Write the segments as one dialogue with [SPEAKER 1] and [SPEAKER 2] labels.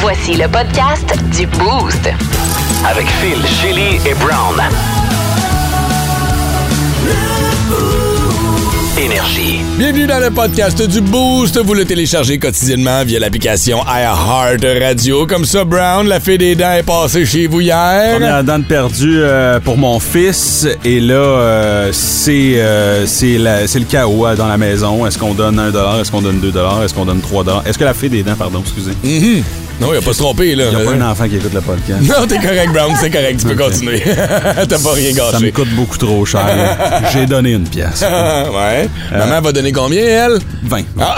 [SPEAKER 1] Voici le podcast du Boost.
[SPEAKER 2] Avec Phil, Chili et Brown. Énergie.
[SPEAKER 3] Bienvenue dans le podcast du Boost. Vous le téléchargez quotidiennement via l'application iHeart Radio. Comme ça, Brown, la fée des dents est passée chez vous hier.
[SPEAKER 4] Première dent de perdue euh, pour mon fils. Et là, euh, c'est euh, c'est la- c'est le chaos euh, dans la maison. Est-ce qu'on donne 1 Est-ce qu'on donne 2 Est-ce qu'on donne 3 Est-ce que la fée des dents, pardon, excusez. Il
[SPEAKER 3] Mhm. Non, il a pas se trompé, là.
[SPEAKER 4] n'y a pas un enfant qui écoute le podcast.
[SPEAKER 3] Non, t'es correct, Brown, c'est correct, tu peux continuer. T'as pas rien
[SPEAKER 4] Ça me
[SPEAKER 3] gâché.
[SPEAKER 4] coûte beaucoup trop cher. J'ai donné une pièce.
[SPEAKER 3] Ah, ouais. Maman va donner combien, elle?
[SPEAKER 4] 20.
[SPEAKER 3] Ah.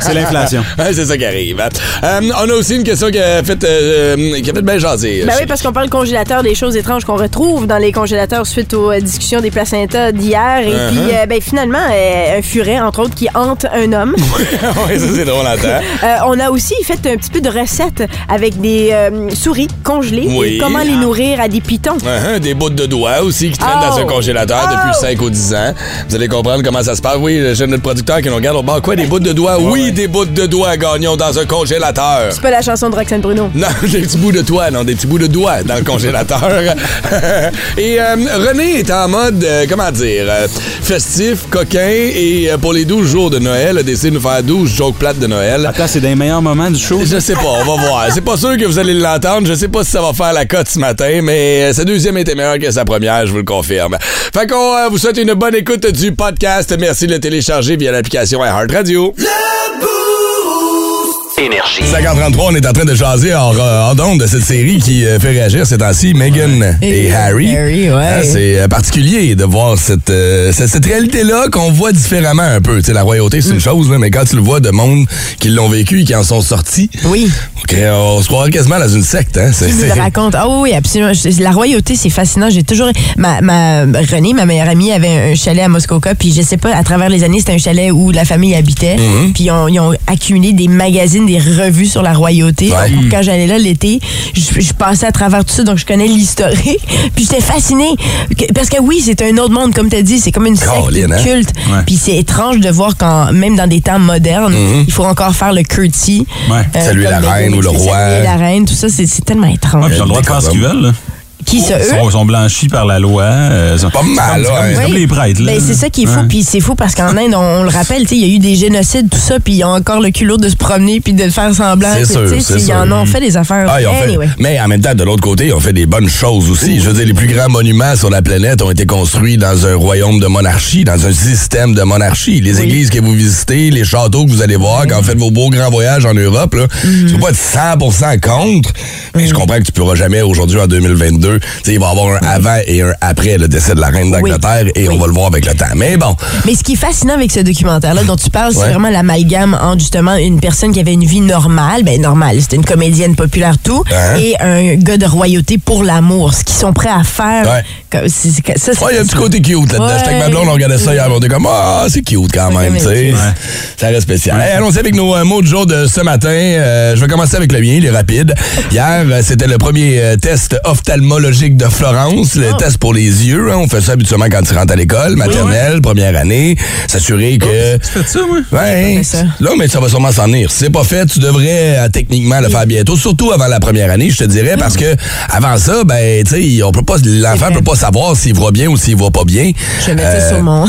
[SPEAKER 4] C'est l'inflation.
[SPEAKER 3] Ouais, c'est ça qui arrive. hein. Euh, on a aussi une question qui a fait, euh, qui a fait bien jaser.
[SPEAKER 5] Ben oui, parce qu'on parle congélateur des choses étranges qu'on retrouve dans les congélateurs suite aux euh, discussions des placentas d'hier. Et
[SPEAKER 3] Uh-huh.
[SPEAKER 5] puis, euh, ben, finalement, euh, un furet, entre autres, qui hante un homme.
[SPEAKER 3] ouais, ça, c'est drôle à temps.
[SPEAKER 5] Euh, on a aussi fait un petit peu de recettes avec des euh, souris congelées
[SPEAKER 3] Oui. Ah.
[SPEAKER 5] et comment les nourrir à des pitons.
[SPEAKER 3] Uh-huh, des bouts de doigts aussi qui traînent dans
[SPEAKER 5] Oh!
[SPEAKER 3] ce congélateur depuis
[SPEAKER 5] Oh!
[SPEAKER 3] 5 ou 10 ans. Vous allez comprendre comment ça se passe. Oui, j'ai notre producteur qui nous regarde au bord. Quoi, des bouts de doigts? oui, des bouts de doigts, gagnons, dans un congélateur.
[SPEAKER 5] C'est pas la chanson de Roxane Bruno.
[SPEAKER 3] Non, des petits bouts de toi, non, des petits bouts de doigts dans le congélateur. et euh, René est en mode, euh, comment dire, euh, festif, coquin, et euh, pour les 12 jours de Noël, a décidé de nous faire 12 jokes plates de Noël.
[SPEAKER 4] Attends, c'est des meilleurs moments du show.
[SPEAKER 3] Je sais pas, on va voir. C'est pas sûr que vous allez l'entendre. Je sais pas si ça va faire la cote ce matin, mais euh, sa deuxième était meilleure que sa première, je vous le confirme. Fait qu'on euh, vous souhaite une bonne écoute du podcast. Merci de le télécharger via l'application iHeartRadio.
[SPEAKER 2] Énergie.
[SPEAKER 3] 5h33, on est en train de jaser hors, euh, hors onde de cette série qui euh, fait réagir ces temps-ci, Meghan et, Harry.
[SPEAKER 6] Harry, ouais.
[SPEAKER 3] Hein, c'est euh, particulier de voir cette, euh, cette, cette réalité-là qu'on voit différemment un peu. Tu sais, la royauté, c'est une chose, là, mais quand tu le vois de monde qui l'ont vécu et qui en sont sortis,
[SPEAKER 6] Oui.
[SPEAKER 3] on, crée- on se croirait quasiment dans une secte. Hein? C'est-
[SPEAKER 6] Tu nous
[SPEAKER 3] c'est-
[SPEAKER 6] le racontes. Ah oui, oui, absolument. Je- La royauté, c'est fascinant. J'ai toujours. Ma, ma, Renée, ma meilleure amie, avait un chalet à Muskoka. Puis je sais pas, à travers les années, c'était un chalet où la famille habitait.
[SPEAKER 3] Mhm.
[SPEAKER 6] Puis ils ont, ils ont accumulé des magazines, des revues sur la royauté.
[SPEAKER 3] Ouais. Mhm.
[SPEAKER 6] Donc, quand j'allais là l'été, je, je passais à travers tout ça. Donc je connais l'historique. puis j'étais fascinée. Que- Parce que oui, c'est un autre monde, comme tu as dit. C'est comme une secte
[SPEAKER 3] Colin, hein?
[SPEAKER 6] culte.
[SPEAKER 4] Ouais.
[SPEAKER 6] Puis c'est étrange de voir quand, même dans des temps modernes, il faut encore faire le curtsy. euh,
[SPEAKER 4] Ouais.
[SPEAKER 3] Saluer
[SPEAKER 6] comme
[SPEAKER 3] Mhm. la
[SPEAKER 6] Meghan
[SPEAKER 3] reine ou le
[SPEAKER 6] Markle,
[SPEAKER 3] roi.
[SPEAKER 6] saluer la reine, tout ça, c'est c'est tellement étrange.
[SPEAKER 4] Ouais, puis ils ont le droit de faire ce qu'ils veulent. là.
[SPEAKER 6] Qui ça,
[SPEAKER 4] Ils
[SPEAKER 6] eux?
[SPEAKER 4] sont, ils sont blanchis par la loi. euh, ils sont-
[SPEAKER 3] Pas mal,
[SPEAKER 4] c'est comme,
[SPEAKER 3] ouais.
[SPEAKER 4] c'est comme
[SPEAKER 6] Oui.
[SPEAKER 4] les prêtres. là.
[SPEAKER 6] Ben, c'est ça qui est fou,
[SPEAKER 4] Ouais.
[SPEAKER 6] puis c'est fou parce qu'en Inde, on, on le rappelle, tu sais, il y a eu des génocides, tout ça, puis ils ont encore le culot de se promener puis de le faire semblant.
[SPEAKER 3] C'est
[SPEAKER 6] puis,
[SPEAKER 3] sûr,
[SPEAKER 6] tu sais,
[SPEAKER 3] c'est
[SPEAKER 6] Ils
[SPEAKER 3] sûr.
[SPEAKER 6] en ont fait des affaires.
[SPEAKER 3] Ah, ils ont fait-
[SPEAKER 6] Anyway.
[SPEAKER 3] Mais en même temps, de l'autre côté, ils ont fait des bonnes choses aussi. Je veux dire, les plus grands monuments sur la planète ont été construits dans un royaume de monarchie, dans un système de monarchie. Les églises que vous visitez, les châteaux que vous allez voir quand vous faites vos beaux grands voyages en Europe, là,
[SPEAKER 6] Mhm.
[SPEAKER 3] je peux pas être 100% contre, mais je comprends que tu pourras jamais aujourd'hui en 2022. Tu sais, il va y avoir un avant et un après le décès de la reine d'Angleterre et on va le voir avec le temps. Mais bon,
[SPEAKER 6] Mais ce qui est fascinant avec ce documentaire-là dont tu parles,
[SPEAKER 3] Ouais.
[SPEAKER 6] c'est vraiment l'amalgame entre justement une personne qui avait une vie normale, ben normale, c'était une comédienne populaire tout,
[SPEAKER 3] Ouais.
[SPEAKER 6] et un gars de royauté pour l'amour, ce qu'ils sont prêts à faire.
[SPEAKER 3] Ouais.
[SPEAKER 6] Comme- c'est- c'est- ça, c'est
[SPEAKER 3] Ouais, il y a un petit côté cute là-dedans. J'étais avec ma blonde, on regardait ça hier, on était comme Ah, c'est cute quand même, tu sais. Ça reste spécial. Hey, allons-y avec nos euh, mots du jour de ce matin. Euh, je vais commencer avec le mien, il est rapide. Hier, euh, c'était le premier euh, test ophtalmologique de Florence, le
[SPEAKER 4] Ah.
[SPEAKER 3] test pour les yeux. hein. On fait ça habituellement quand tu rentres à l'école, maternelle, première année, s'assurer que.
[SPEAKER 4] Tu fais ça, moi?
[SPEAKER 3] Ouais, hein.
[SPEAKER 6] pas fait ça.
[SPEAKER 3] là, mais ça va sûrement s'en venir. Si c'est pas fait, tu devrais euh, techniquement le faire bientôt, surtout avant la première année, je te dirais, parce que avant ça, ben, tu sais, on peut pas, l'enfant
[SPEAKER 6] vrai.
[SPEAKER 3] peut pas savoir s'il voit bien ou s'il voit pas bien.
[SPEAKER 6] Je vais mettre
[SPEAKER 3] Euh,
[SPEAKER 6] ça sur mon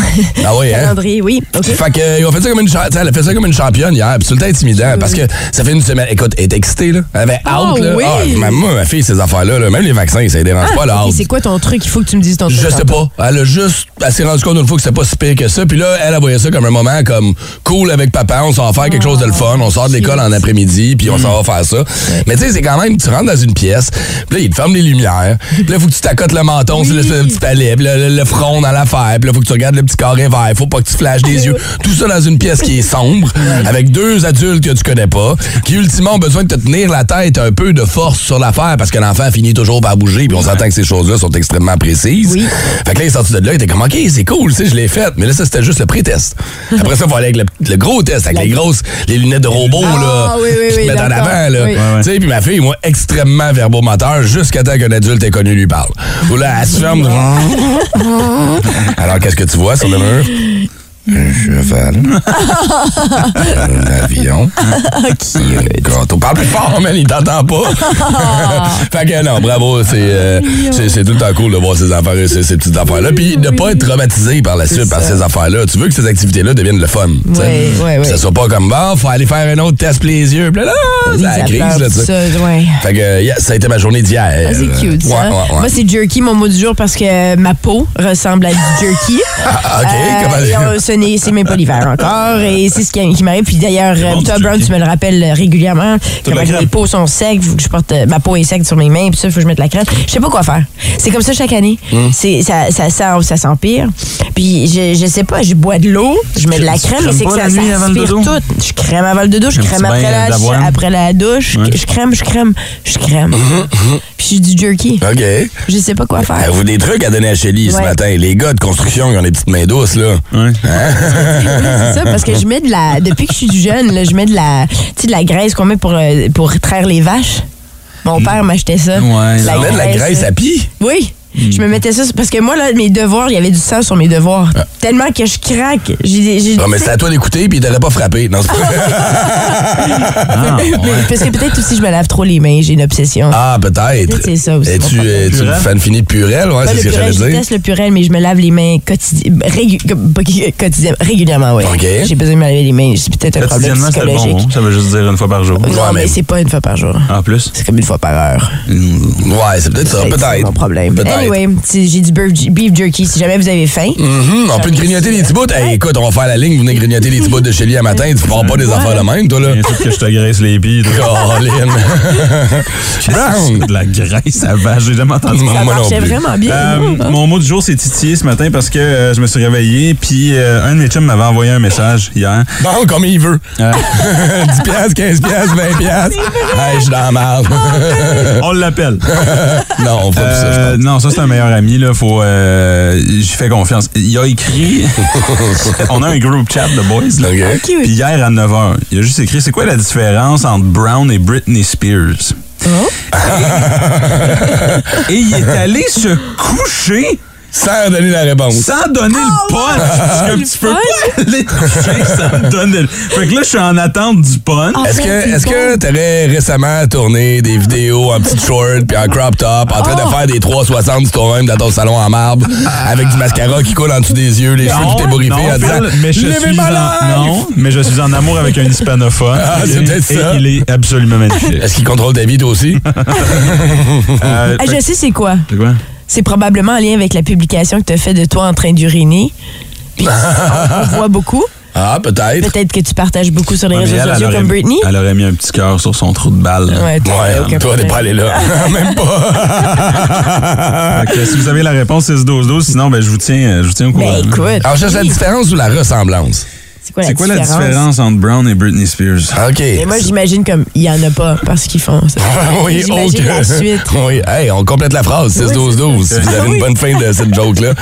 [SPEAKER 3] Ah oui, hein?
[SPEAKER 6] calendrier, oui. OK.
[SPEAKER 3] Fait que, euh, ils ont fait ça comme une, cha- tu sais, elle a fait ça comme une championne hier, puis c'est le temps intimidant, parce que ça fait une semaine. Écoute, elle est excitée, là. Elle avait
[SPEAKER 6] Ah
[SPEAKER 3] hâte, là.
[SPEAKER 6] oui!
[SPEAKER 3] Ah, ma- moi, ma fille, ces affaires-là, là, même les vaccins, ça les dérange pas, là.
[SPEAKER 6] Ah, ok, c'est quoi ton truc? Il faut que tu me dises ton truc.
[SPEAKER 3] Je sais
[SPEAKER 6] tantôt.
[SPEAKER 3] pas. Elle a juste. Elle s'est rendue compte une fois que c'était pas si pire que ça. Puis là, elle, elle voyait ça comme un moment comme cool avec papa. On s'en va faire quelque chose de le fun. On sort de l'école en après-midi. Puis on s'en va faire ça. Mais tu sais, c'est quand même. Tu rentres dans une pièce. Puis là, il te ferme les lumières. Puis là, faut que tu t'accotes le menton sur l'espèce de petit palais. Puis là, le, le front dans l'affaire. Puis là, faut que tu regardes le petit carré vert. Faut pas que tu flashes des yeux. Tout ça dans une pièce qui est sombre. Avec deux adultes que tu connais pas. Qui ultimement ont besoin de te tenir la tête un peu de force sur l'affaire. Parce que l'enfant finit toujours par bouger. Puis on s'entend que ces choses-là sont extrêmement précises.
[SPEAKER 6] Oui.
[SPEAKER 3] Fait que là, il est sorti de là, il était comme, OK, c'est cool, tu sais, je l'ai fait. Mais là, ça, c'était juste le pré-test. Après ça, il faut aller avec le, le gros test, avec les grosses, les lunettes de robot, là,
[SPEAKER 6] Ah, oui, oui,
[SPEAKER 3] qui te
[SPEAKER 6] oui,
[SPEAKER 3] mettent en
[SPEAKER 6] d'accord.
[SPEAKER 3] avant, là.
[SPEAKER 6] Oui.
[SPEAKER 4] ouais.
[SPEAKER 3] Tu sais, puis ma fille, moi, extrêmement verbomoteur, jusqu'à temps qu'un adulte inconnu lui parle. Ou là, elle se ferme. Alors, qu'est-ce que tu vois sur le mur? Un cheval. un avion. Un gâteau. Puis parle plus fort, man, il t'entend pas. fait que non, bravo, c'est euh, c'est- c'est tout le temps cool de voir ces affaires et ces, ces petites affaires-là. Puis de pas être traumatisé par la suite, par
[SPEAKER 6] ça.
[SPEAKER 3] ces affaires-là. Tu veux que ces activités-là deviennent le fun. tu sais.
[SPEAKER 6] Ouais, ouais, ouais.
[SPEAKER 3] Que ça soit pas comme, bah, faut aller faire un autre test puis les yeux. Puis là,
[SPEAKER 6] Ils
[SPEAKER 3] ça crise,
[SPEAKER 6] applaudissent
[SPEAKER 3] là, tu sais.
[SPEAKER 6] ça, ouais.
[SPEAKER 3] Fait que euh, yeah, ça a été ma journée d'hier.
[SPEAKER 6] Ah, c'est cute,
[SPEAKER 3] Ouais,
[SPEAKER 6] ça.
[SPEAKER 3] ouais, ouais.
[SPEAKER 6] Moi, c'est jerky, mon mot du jour, parce que ma peau ressemble à du jerky.
[SPEAKER 3] Ah, OK,
[SPEAKER 6] Euh, et
[SPEAKER 3] comment...
[SPEAKER 6] on- ce n'est- c'est même pas l'hiver encore et c'est ce qui, qui m'arrive. Puis d'ailleurs, euh,
[SPEAKER 4] bon,
[SPEAKER 6] Tom
[SPEAKER 4] du
[SPEAKER 6] Brown,
[SPEAKER 4] jerky.
[SPEAKER 6] tu me le rappelles euh, régulièrement.
[SPEAKER 4] de la
[SPEAKER 6] Comment que
[SPEAKER 4] crème.
[SPEAKER 6] les peaux sont secs, faut que je porte euh, ma peau est sec sur mes mains, puis ça, faut que je mette la crème. Je sais pas quoi faire. C'est comme ça chaque année.
[SPEAKER 7] Hmm.
[SPEAKER 6] C'est ça, ça, sent- ça s'empire. Puis je, je sais pas, je bois de l'eau, je mets de la
[SPEAKER 7] Tu
[SPEAKER 6] crème, mais
[SPEAKER 7] crèmes
[SPEAKER 6] c'est que
[SPEAKER 7] pas
[SPEAKER 6] ça,
[SPEAKER 7] la
[SPEAKER 6] ça
[SPEAKER 7] nuit avant le
[SPEAKER 6] aspire
[SPEAKER 7] dodo?
[SPEAKER 6] tout. Je crème avant le dodo, je
[SPEAKER 7] Un
[SPEAKER 6] crème
[SPEAKER 7] petit
[SPEAKER 6] après
[SPEAKER 7] bain
[SPEAKER 6] la,
[SPEAKER 7] d'avoine. Mhm,
[SPEAKER 6] après la douche, je- je crème, je crème, je crème. Puis je suis du jerky.
[SPEAKER 3] OK.
[SPEAKER 6] Je sais pas
[SPEAKER 7] Ben
[SPEAKER 6] quoi faire.
[SPEAKER 3] Avez-vous des trucs à donner à Shelly ce
[SPEAKER 6] Ouais.
[SPEAKER 3] matin? Les gars de construction qui ont des petites mains douces, là.
[SPEAKER 6] Oui, c'est ça, parce que je mets de la. Depuis que je suis jeune, là, je mets de la. Tu sais, de la graisse qu'on met pour, euh, pour traire les vaches.
[SPEAKER 3] Mm.
[SPEAKER 6] Mon père m'achetait ça.
[SPEAKER 7] Ouais,
[SPEAKER 6] De
[SPEAKER 7] ça
[SPEAKER 3] Tu mets de la graisse à Mm. pied?
[SPEAKER 6] Oui. Je me mettais ça parce que moi, là, mes devoirs, il y avait du sang sur mes devoirs. Tellement que je craque. J'ai, j'ai-
[SPEAKER 3] Non, Ah. mais c'est à toi d'écouter, puis il t'aurait pas frappé. Non, c'est pas-
[SPEAKER 6] Parce que peut-être aussi, je me lave trop les mains. J'ai une obsession.
[SPEAKER 3] ah, peut-être.
[SPEAKER 6] Peut-être c'est ça aussi.
[SPEAKER 3] Es-tu
[SPEAKER 6] Pas
[SPEAKER 3] es
[SPEAKER 7] Purel?
[SPEAKER 3] fan fini de Purel? Ouais,
[SPEAKER 6] Pas
[SPEAKER 3] c'est
[SPEAKER 6] le
[SPEAKER 3] ce que
[SPEAKER 6] purel,
[SPEAKER 3] j'allais
[SPEAKER 6] je
[SPEAKER 3] dire.
[SPEAKER 6] déteste le purel, mais je me lave les mains quotidi- régu- comme- pas qui- quotidien- régulièrement, oui.
[SPEAKER 3] OK.
[SPEAKER 6] J'ai besoin de me laver les mains. C'est peut-être un problème
[SPEAKER 7] Quotidiennement, c'est le
[SPEAKER 6] psychologique.
[SPEAKER 7] bon mot. Ça veut juste dire une fois par jour.
[SPEAKER 6] Non,
[SPEAKER 3] hein. Ouais, mais-
[SPEAKER 6] mais c'est pas une fois par jour.
[SPEAKER 7] En plus.
[SPEAKER 6] C'est comme une fois par heure.
[SPEAKER 3] Mm, Ouais, c'est peut-être ça,
[SPEAKER 6] C'est
[SPEAKER 3] peut-être.
[SPEAKER 6] mon problème.
[SPEAKER 3] Peut-être.
[SPEAKER 6] Anyway, si j'ai du beef, beef jerky. Si jamais vous avez faim,
[SPEAKER 3] Mhm, on peut grignoter des petits bouts. Hey, écoute, on va faire la ligne, vous venez grignoter des petits bouts de Shelly à matin, tu prends pas des affaires de même, toi, là.
[SPEAKER 7] Bien sûr que je te graisse les pieds. toi.
[SPEAKER 3] Colin. Brown!
[SPEAKER 7] De la graisse à vache, j'ai jamais entendu
[SPEAKER 3] Moi
[SPEAKER 6] ça
[SPEAKER 3] non
[SPEAKER 6] marchait
[SPEAKER 3] plus.
[SPEAKER 6] vraiment bien. Ah.
[SPEAKER 7] Euh, mon mot du jour, c'est titiller ce matin parce que euh, je me suis réveillé, puis euh, un de mes chums m'avait envoyé un message hier.
[SPEAKER 3] Bon, comme il veut.
[SPEAKER 7] Euh,
[SPEAKER 3] 10 piastres, 15 piastres, 20 piastres. Hey, je suis dans la merde.
[SPEAKER 7] on l'appelle.
[SPEAKER 3] Non, on va plus Euh. ça, je pense.
[SPEAKER 7] Euh, non, ça, c'est un meilleur ami, là. Faut. Euh, J'y fais confiance. Il a écrit. on a un group chat de boys, là.
[SPEAKER 3] Ok.
[SPEAKER 6] Cute.
[SPEAKER 7] Puis hier à 9h, il a juste écrit c'est quoi la différence entre Brown et Britney Spears? Et il est allé se coucher
[SPEAKER 3] Sans donner la réponse.
[SPEAKER 7] sans donner
[SPEAKER 6] Oh,
[SPEAKER 7] le punch.
[SPEAKER 6] Ah.
[SPEAKER 7] Parce que tu peux pas aller te coucher sans donner le. Fait que là, je suis en attente du punch.
[SPEAKER 3] Est-ce que est-ce que t'aurais récemment tourné des vidéos en petite short puis en crop top en train
[SPEAKER 6] Oh!
[SPEAKER 3] de faire des 360 sur toi-même dans ton salon en marbre avec du mascara qui coule en dessous des yeux, les cheveux
[SPEAKER 7] Non,
[SPEAKER 3] tout ébouriffés
[SPEAKER 7] non,
[SPEAKER 3] en disant
[SPEAKER 7] Phil, mais je
[SPEAKER 3] Living
[SPEAKER 7] suis
[SPEAKER 3] my
[SPEAKER 7] en,
[SPEAKER 3] life!
[SPEAKER 7] non, mais je suis en amour avec un hispanophone.
[SPEAKER 3] Ah, c'est
[SPEAKER 7] Et-
[SPEAKER 3] peut-être
[SPEAKER 7] et
[SPEAKER 3] ça.
[SPEAKER 7] il est absolument magnifique.
[SPEAKER 3] Est-ce qu'il contrôle ta vie toi aussi?
[SPEAKER 7] Euh,
[SPEAKER 6] Ah, je sais c'est quoi.
[SPEAKER 7] fait- quoi?
[SPEAKER 6] C'est probablement en lien avec la publication que tu as fait de toi en train d'uriner. Puis on voit beaucoup.
[SPEAKER 3] Ah, peut-être.
[SPEAKER 6] Peut-être que tu partages beaucoup sur les
[SPEAKER 7] Ouais, Ah, mais
[SPEAKER 6] réseaux
[SPEAKER 7] elle, elle
[SPEAKER 6] sociaux
[SPEAKER 7] aurait
[SPEAKER 6] comme
[SPEAKER 7] mis-
[SPEAKER 6] Britney.
[SPEAKER 7] Elle aurait mis un petit cœur sur son trou de balle. là.
[SPEAKER 6] Ouais, toi, aucun
[SPEAKER 3] Ouais, toi, t'es
[SPEAKER 6] problème.
[SPEAKER 3] pas allé là. Même pas.
[SPEAKER 7] Fait que si vous avez la réponse, c'est 12-12. Sinon, ben, je vous tiens, je vous tiens au courant.
[SPEAKER 6] Ben écoute,
[SPEAKER 3] Alors, je cherche la différence ou la ressemblance?
[SPEAKER 6] c'est quoi,
[SPEAKER 7] c'est quoi la différence entre Brown et Britney Spears?
[SPEAKER 3] OK.
[SPEAKER 6] Mais moi, j'imagine comme il y en a pas parce qu'ils font ça.
[SPEAKER 3] oui,
[SPEAKER 6] J'imagine
[SPEAKER 3] autre.
[SPEAKER 6] la suite.
[SPEAKER 3] Oui, hey, on complète la phrase, 6-12-12. Si vous avez une bonne fin de cette joke-là.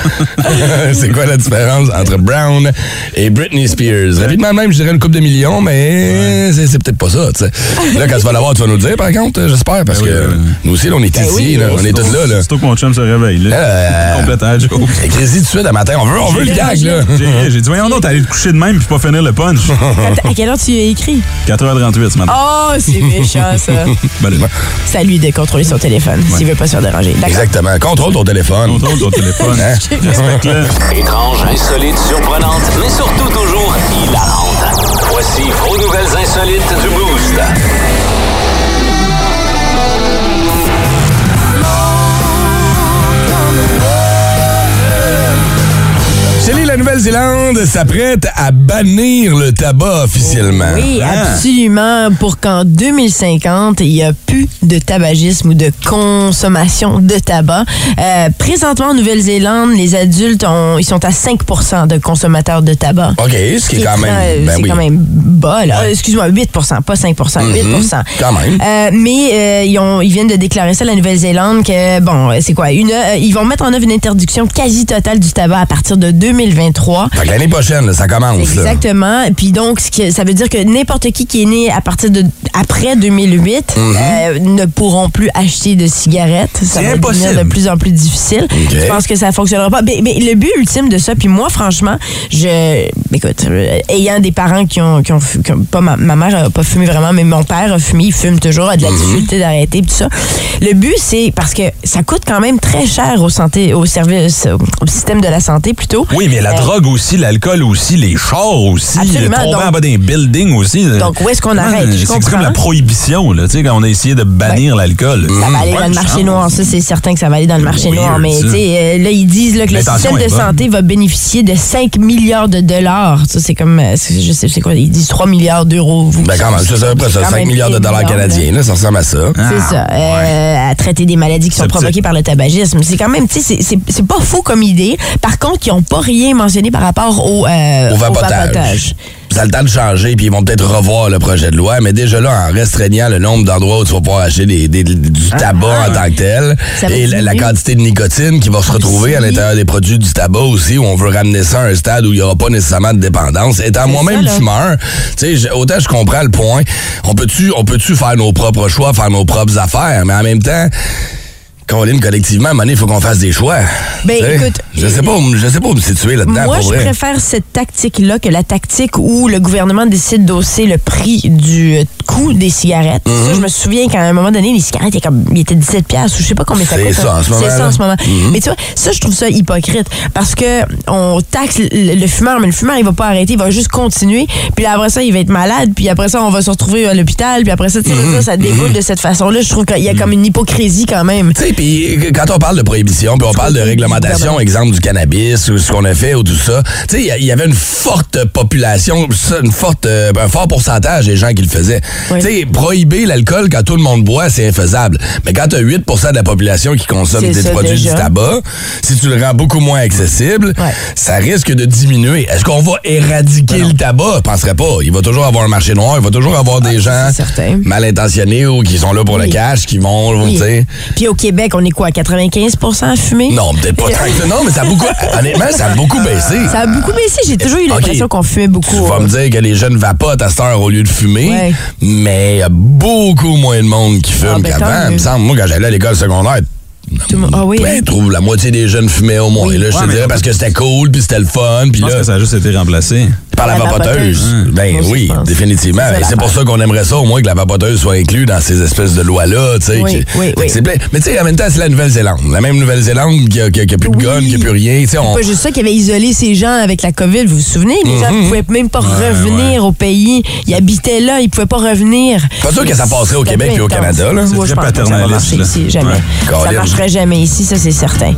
[SPEAKER 3] c'est quoi la différence entre Brown et Britney Spears? Rapidement même, je dirais une coupe de millions, mais c'est c'est peut-être pas ça, tu sais. Là, quand tu vas l'avoir, tu vas nous le dire, par contre, j'espère, parce
[SPEAKER 7] oui,
[SPEAKER 3] que
[SPEAKER 7] oui, oui.
[SPEAKER 3] nous aussi, là, on est ici, là, on est tous là, là.
[SPEAKER 7] Surtout que mon chum se réveille. Là.
[SPEAKER 3] Euh,
[SPEAKER 7] Complète à la joke.
[SPEAKER 3] Écris-y tout de suite à matin, on veut, on veut le gag, là.
[SPEAKER 7] J'ai j'ai dit, voyons donc, t'allais te coucher de même puis pas finir le punch.
[SPEAKER 6] Quand- à quelle heure tu as écrit?
[SPEAKER 7] 4h38 ce matin.
[SPEAKER 6] Oh, c'est méchant, ça.
[SPEAKER 7] Ben, là,
[SPEAKER 6] C'est à lui de contrôler son téléphone s'il veut pas se faire déranger. D'accord.
[SPEAKER 3] Exactement. Contrôle ton téléphone.
[SPEAKER 7] contrôle ton téléphone.
[SPEAKER 3] Hein?
[SPEAKER 7] Respecte-le.
[SPEAKER 2] Étrange, insolite, surprenante, mais surtout toujours hilarante. Voici vos nouvelles insolites du Boost.
[SPEAKER 3] Chélie, la Nouvelle-Zélande s'apprête à bannir le tabac officiellement. Hein?
[SPEAKER 6] Oui,
[SPEAKER 3] Ah.
[SPEAKER 6] absolument. Pour qu'en 2050, il n'y a plus de tabagisme ou de consommation de tabac. Euh, présentement, en Nouvelle-Zélande, les adultes, ont, ils sont à 5 de consommateurs de tabac.
[SPEAKER 3] OK, Ah, ce qui est quand
[SPEAKER 6] très-
[SPEAKER 3] même.
[SPEAKER 6] c'est
[SPEAKER 3] Ben oui.
[SPEAKER 6] quand même bas, là. Euh, Excuse-moi, 8 pas 5 8
[SPEAKER 3] Mm-hmm. Quand même.
[SPEAKER 6] Euh, mais euh, ils, ont, ils viennent de déclarer ça à la Nouvelle-Zélande que, bon, c'est quoi? Une, euh, ils vont mettre en œuvre une interdiction quasi totale du tabac à partir de 2023.
[SPEAKER 3] Fait que l'année prochaine, là, ça commence. naissance. là.
[SPEAKER 6] Exactement. Puis donc, ce qui- ça veut dire que n'importe qui qui est né à partir de après 2008 euh, ne pourront plus acheter de cigarettes. Ça
[SPEAKER 3] Mhm. C'est
[SPEAKER 6] va
[SPEAKER 3] impossible.
[SPEAKER 6] devenir de plus en plus difficile. Je pense que ça fonctionnera pas. Mais, mais le but ultime de ça, puis moi, franchement, je, écoute, euh, ayant des parents qui ont, qui ont, fu- qui ont- pas ma, ma mère a pas fumé vraiment, mais mon père a fumé, il fume toujours, a
[SPEAKER 3] Mhm.
[SPEAKER 6] de la difficulté d'arrêter, puis tout ça. Le but, c'est parce que ça coûte quand même très cher au santé, au service, au système de la santé plutôt.
[SPEAKER 7] Oui, mais la
[SPEAKER 6] Euh,
[SPEAKER 7] drogue aussi, l'alcool aussi, les chars aussi,
[SPEAKER 6] Absolument,
[SPEAKER 7] tomber
[SPEAKER 6] donc-
[SPEAKER 7] en bas d'un building aussi. euh,
[SPEAKER 6] Donc, où est-ce qu'on
[SPEAKER 7] Ouais,
[SPEAKER 6] arrête? Je
[SPEAKER 7] C'est comme
[SPEAKER 6] comprends.
[SPEAKER 7] la prohibition, là, tu sais, quand on a essayé de bannir l'alcool.
[SPEAKER 3] Mmh.
[SPEAKER 6] Ça va aller dans le marché noir, ça c'est certain que ça va aller dans le marché
[SPEAKER 7] Weird,
[SPEAKER 6] noir. Mais
[SPEAKER 7] ça.
[SPEAKER 6] tu sais, euh, là ils disent là, que le
[SPEAKER 7] L'intention
[SPEAKER 6] système
[SPEAKER 7] est
[SPEAKER 6] de
[SPEAKER 7] bonne.
[SPEAKER 6] santé va bénéficier de 5 milliards de dollars. Ça c'est comme, euh, c'est- je sais c'est quoi, ils disent 3 milliards d'euros. Vous-
[SPEAKER 3] Ben quand même, c'est ça, après
[SPEAKER 6] c'est
[SPEAKER 3] ça,
[SPEAKER 6] quand
[SPEAKER 3] 5
[SPEAKER 6] même
[SPEAKER 3] milliards de dollars
[SPEAKER 6] énorme, là.
[SPEAKER 3] canadiens, Ah, là, ça ressemble à ça.
[SPEAKER 6] C'est ça, euh, à traiter des maladies qui sont
[SPEAKER 7] C'est petit.
[SPEAKER 6] provoquées par le tabagisme. C'est quand même, tu sais, c'est- c'est- c'est pas fou comme idée. Par contre, ils n'ont pas rien mentionné par rapport au, euh,
[SPEAKER 3] Au vapotage. Ça a le temps de changer, puis ils vont peut-être revoir le projet de loi, mais déjà là, en restreignant le nombre d'endroits où tu vas pouvoir acheter des- des- du tabac en tant que tel,
[SPEAKER 6] Ah, Ça va Ah,
[SPEAKER 3] et la, la
[SPEAKER 6] diminuer.
[SPEAKER 3] quantité de nicotine qui va se retrouver à
[SPEAKER 6] Aussi.
[SPEAKER 3] l'intérieur des produits du tabac aussi, où on veut ramener ça à un stade où il n'y aura pas nécessairement de dépendance. Étant
[SPEAKER 6] C'est ça,
[SPEAKER 3] moi-même
[SPEAKER 6] là.
[SPEAKER 3] fumeur, tu sais, je- autant je comprends le point, on peut-tu on peut faire nos propres choix, faire nos propres affaires, mais en même temps... Caroline, collectivement, à un moment donné, il faut qu'on fasse des choix.
[SPEAKER 6] Ben,
[SPEAKER 3] Tu sais,
[SPEAKER 6] écoute,
[SPEAKER 3] Je sais pas, où me- je sais pas où me situer là-dedans,
[SPEAKER 6] Moi,
[SPEAKER 3] Ah, pour
[SPEAKER 6] je
[SPEAKER 3] vrai.
[SPEAKER 6] préfère cette tactique-là que la tactique où le gouvernement décide d'hausser le prix du euh, coût des cigarettes.
[SPEAKER 3] Mhm.
[SPEAKER 6] Ça, je me souviens qu'à un moment donné, les cigarettes étaient comme, ils étaient 17 pièces ou je sais pas combien ça
[SPEAKER 3] C'est
[SPEAKER 6] coûte. hein.
[SPEAKER 3] ça, en ce moment,
[SPEAKER 6] C'est ça
[SPEAKER 3] là. Mhm.
[SPEAKER 6] en ce moment. Mais tu vois, ça, je trouve ça hypocrite parce que on taxe le, le fumeur, mais le fumeur, il va pas arrêter, il va juste continuer. Puis là, après ça, il va être malade. Puis après ça, on va se retrouver à l'hôpital. Puis après ça, tu sais,
[SPEAKER 3] Mhm.
[SPEAKER 6] ça, ça déboule de cette façon-là. Je trouve qu'il y a comme une hypocrisie quand même.
[SPEAKER 3] Tu sais, puis euh, quand on parle de prohibition, puis on parle de réglementation, exemple du cannabis ou ce qu'on a fait ou tout ça, tu sais, il y a- il y avait une forte population, ça, une forte, euh, un fort pourcentage des gens qui le faisaient.
[SPEAKER 6] Oui.
[SPEAKER 3] Tu sais, prohiber l'alcool quand tout le monde boit, c'est infaisable. Mais quand tu as 8 de la population qui consomme
[SPEAKER 6] C'est
[SPEAKER 3] des
[SPEAKER 6] ça,
[SPEAKER 3] produits
[SPEAKER 6] déjà.
[SPEAKER 3] du tabac, si tu le rends beaucoup moins accessible,
[SPEAKER 6] Ouais. Ben
[SPEAKER 3] ça risque de diminuer. Est-ce qu'on va éradiquer le tabac? Je penserais pas. Il va toujours avoir un marché noir, il va toujours avoir des gens
[SPEAKER 6] Ah, c'est certain.
[SPEAKER 3] mal intentionnés ou qui sont là pour le
[SPEAKER 6] Oui.
[SPEAKER 3] cash, qui vont, tu sais.
[SPEAKER 6] Puis au Québec, on est quoi, à 95 fumé?
[SPEAKER 3] Non, peut-être pas tant que ça. Non, mais ça a beaucoup. Honnêtement, ça a beaucoup baissé.
[SPEAKER 6] Ça a beaucoup baissé. J'ai toujours eu
[SPEAKER 3] Ok.
[SPEAKER 6] l'impression qu'on fumait beaucoup. euh,
[SPEAKER 3] Tu vas me dire que les jeunes vapotent à cette heure au lieu de fumer,
[SPEAKER 6] Ouais.
[SPEAKER 3] mais il y a beaucoup moins de monde qui fume
[SPEAKER 6] Ah, ben, tant
[SPEAKER 3] qu'avant.
[SPEAKER 6] mieux.
[SPEAKER 3] Il me semble, moi, quand j'allais à l'école secondaire,
[SPEAKER 6] Tout le monde- Ah oui.
[SPEAKER 3] ben, trouve la moitié des jeunes fumaient au moins. là, je
[SPEAKER 7] Ouais,
[SPEAKER 3] te
[SPEAKER 7] mais-
[SPEAKER 3] dirais parce que c'était cool, puis c'était le fun, puis
[SPEAKER 7] Je pense
[SPEAKER 3] là,
[SPEAKER 7] que ça a juste été remplacé.
[SPEAKER 3] par la,
[SPEAKER 6] La
[SPEAKER 3] vapoteuse.
[SPEAKER 6] vapoteuse.
[SPEAKER 3] Ben
[SPEAKER 6] Moi aussi,
[SPEAKER 3] oui,
[SPEAKER 6] je pense.
[SPEAKER 3] définitivement.
[SPEAKER 6] C'est ça,
[SPEAKER 3] Et C'est
[SPEAKER 6] l'affaire.
[SPEAKER 3] pour ça qu'on aimerait ça, au moins, que la vapoteuse soit inclue dans ces espèces de lois-là, tu sais.
[SPEAKER 6] Oui,
[SPEAKER 3] qui-
[SPEAKER 6] oui,
[SPEAKER 3] Fait que
[SPEAKER 6] oui.
[SPEAKER 3] c'est plein. Mais tu sais, en même temps, c'est la Nouvelle-Zélande. La même Nouvelle-Zélande qui a, qui a- qui a plus de
[SPEAKER 6] Oui.
[SPEAKER 3] gun, qui a plus rien. tu sais, on-
[SPEAKER 6] Pas juste ça qui avait isolé ces gens avec la COVID, vous vous souvenez? Les gens
[SPEAKER 3] Mhm.
[SPEAKER 6] ne pouvaient même pas revenir au pays. Ils habitaient là, ils ne pouvaient pas revenir.
[SPEAKER 3] Pas sûr que ça passerait au
[SPEAKER 6] C'était
[SPEAKER 3] Québec et au
[SPEAKER 6] intense.
[SPEAKER 3] Canada, là.
[SPEAKER 6] Moi,
[SPEAKER 7] C'est
[SPEAKER 6] je
[SPEAKER 7] très
[SPEAKER 6] pense pas que ça va
[SPEAKER 7] paternaliste,
[SPEAKER 6] marcher
[SPEAKER 7] là.
[SPEAKER 6] ici, jamais.
[SPEAKER 7] Ouais.
[SPEAKER 6] Ça
[SPEAKER 3] Colin.
[SPEAKER 6] marcherait jamais ici, ça c'est certain.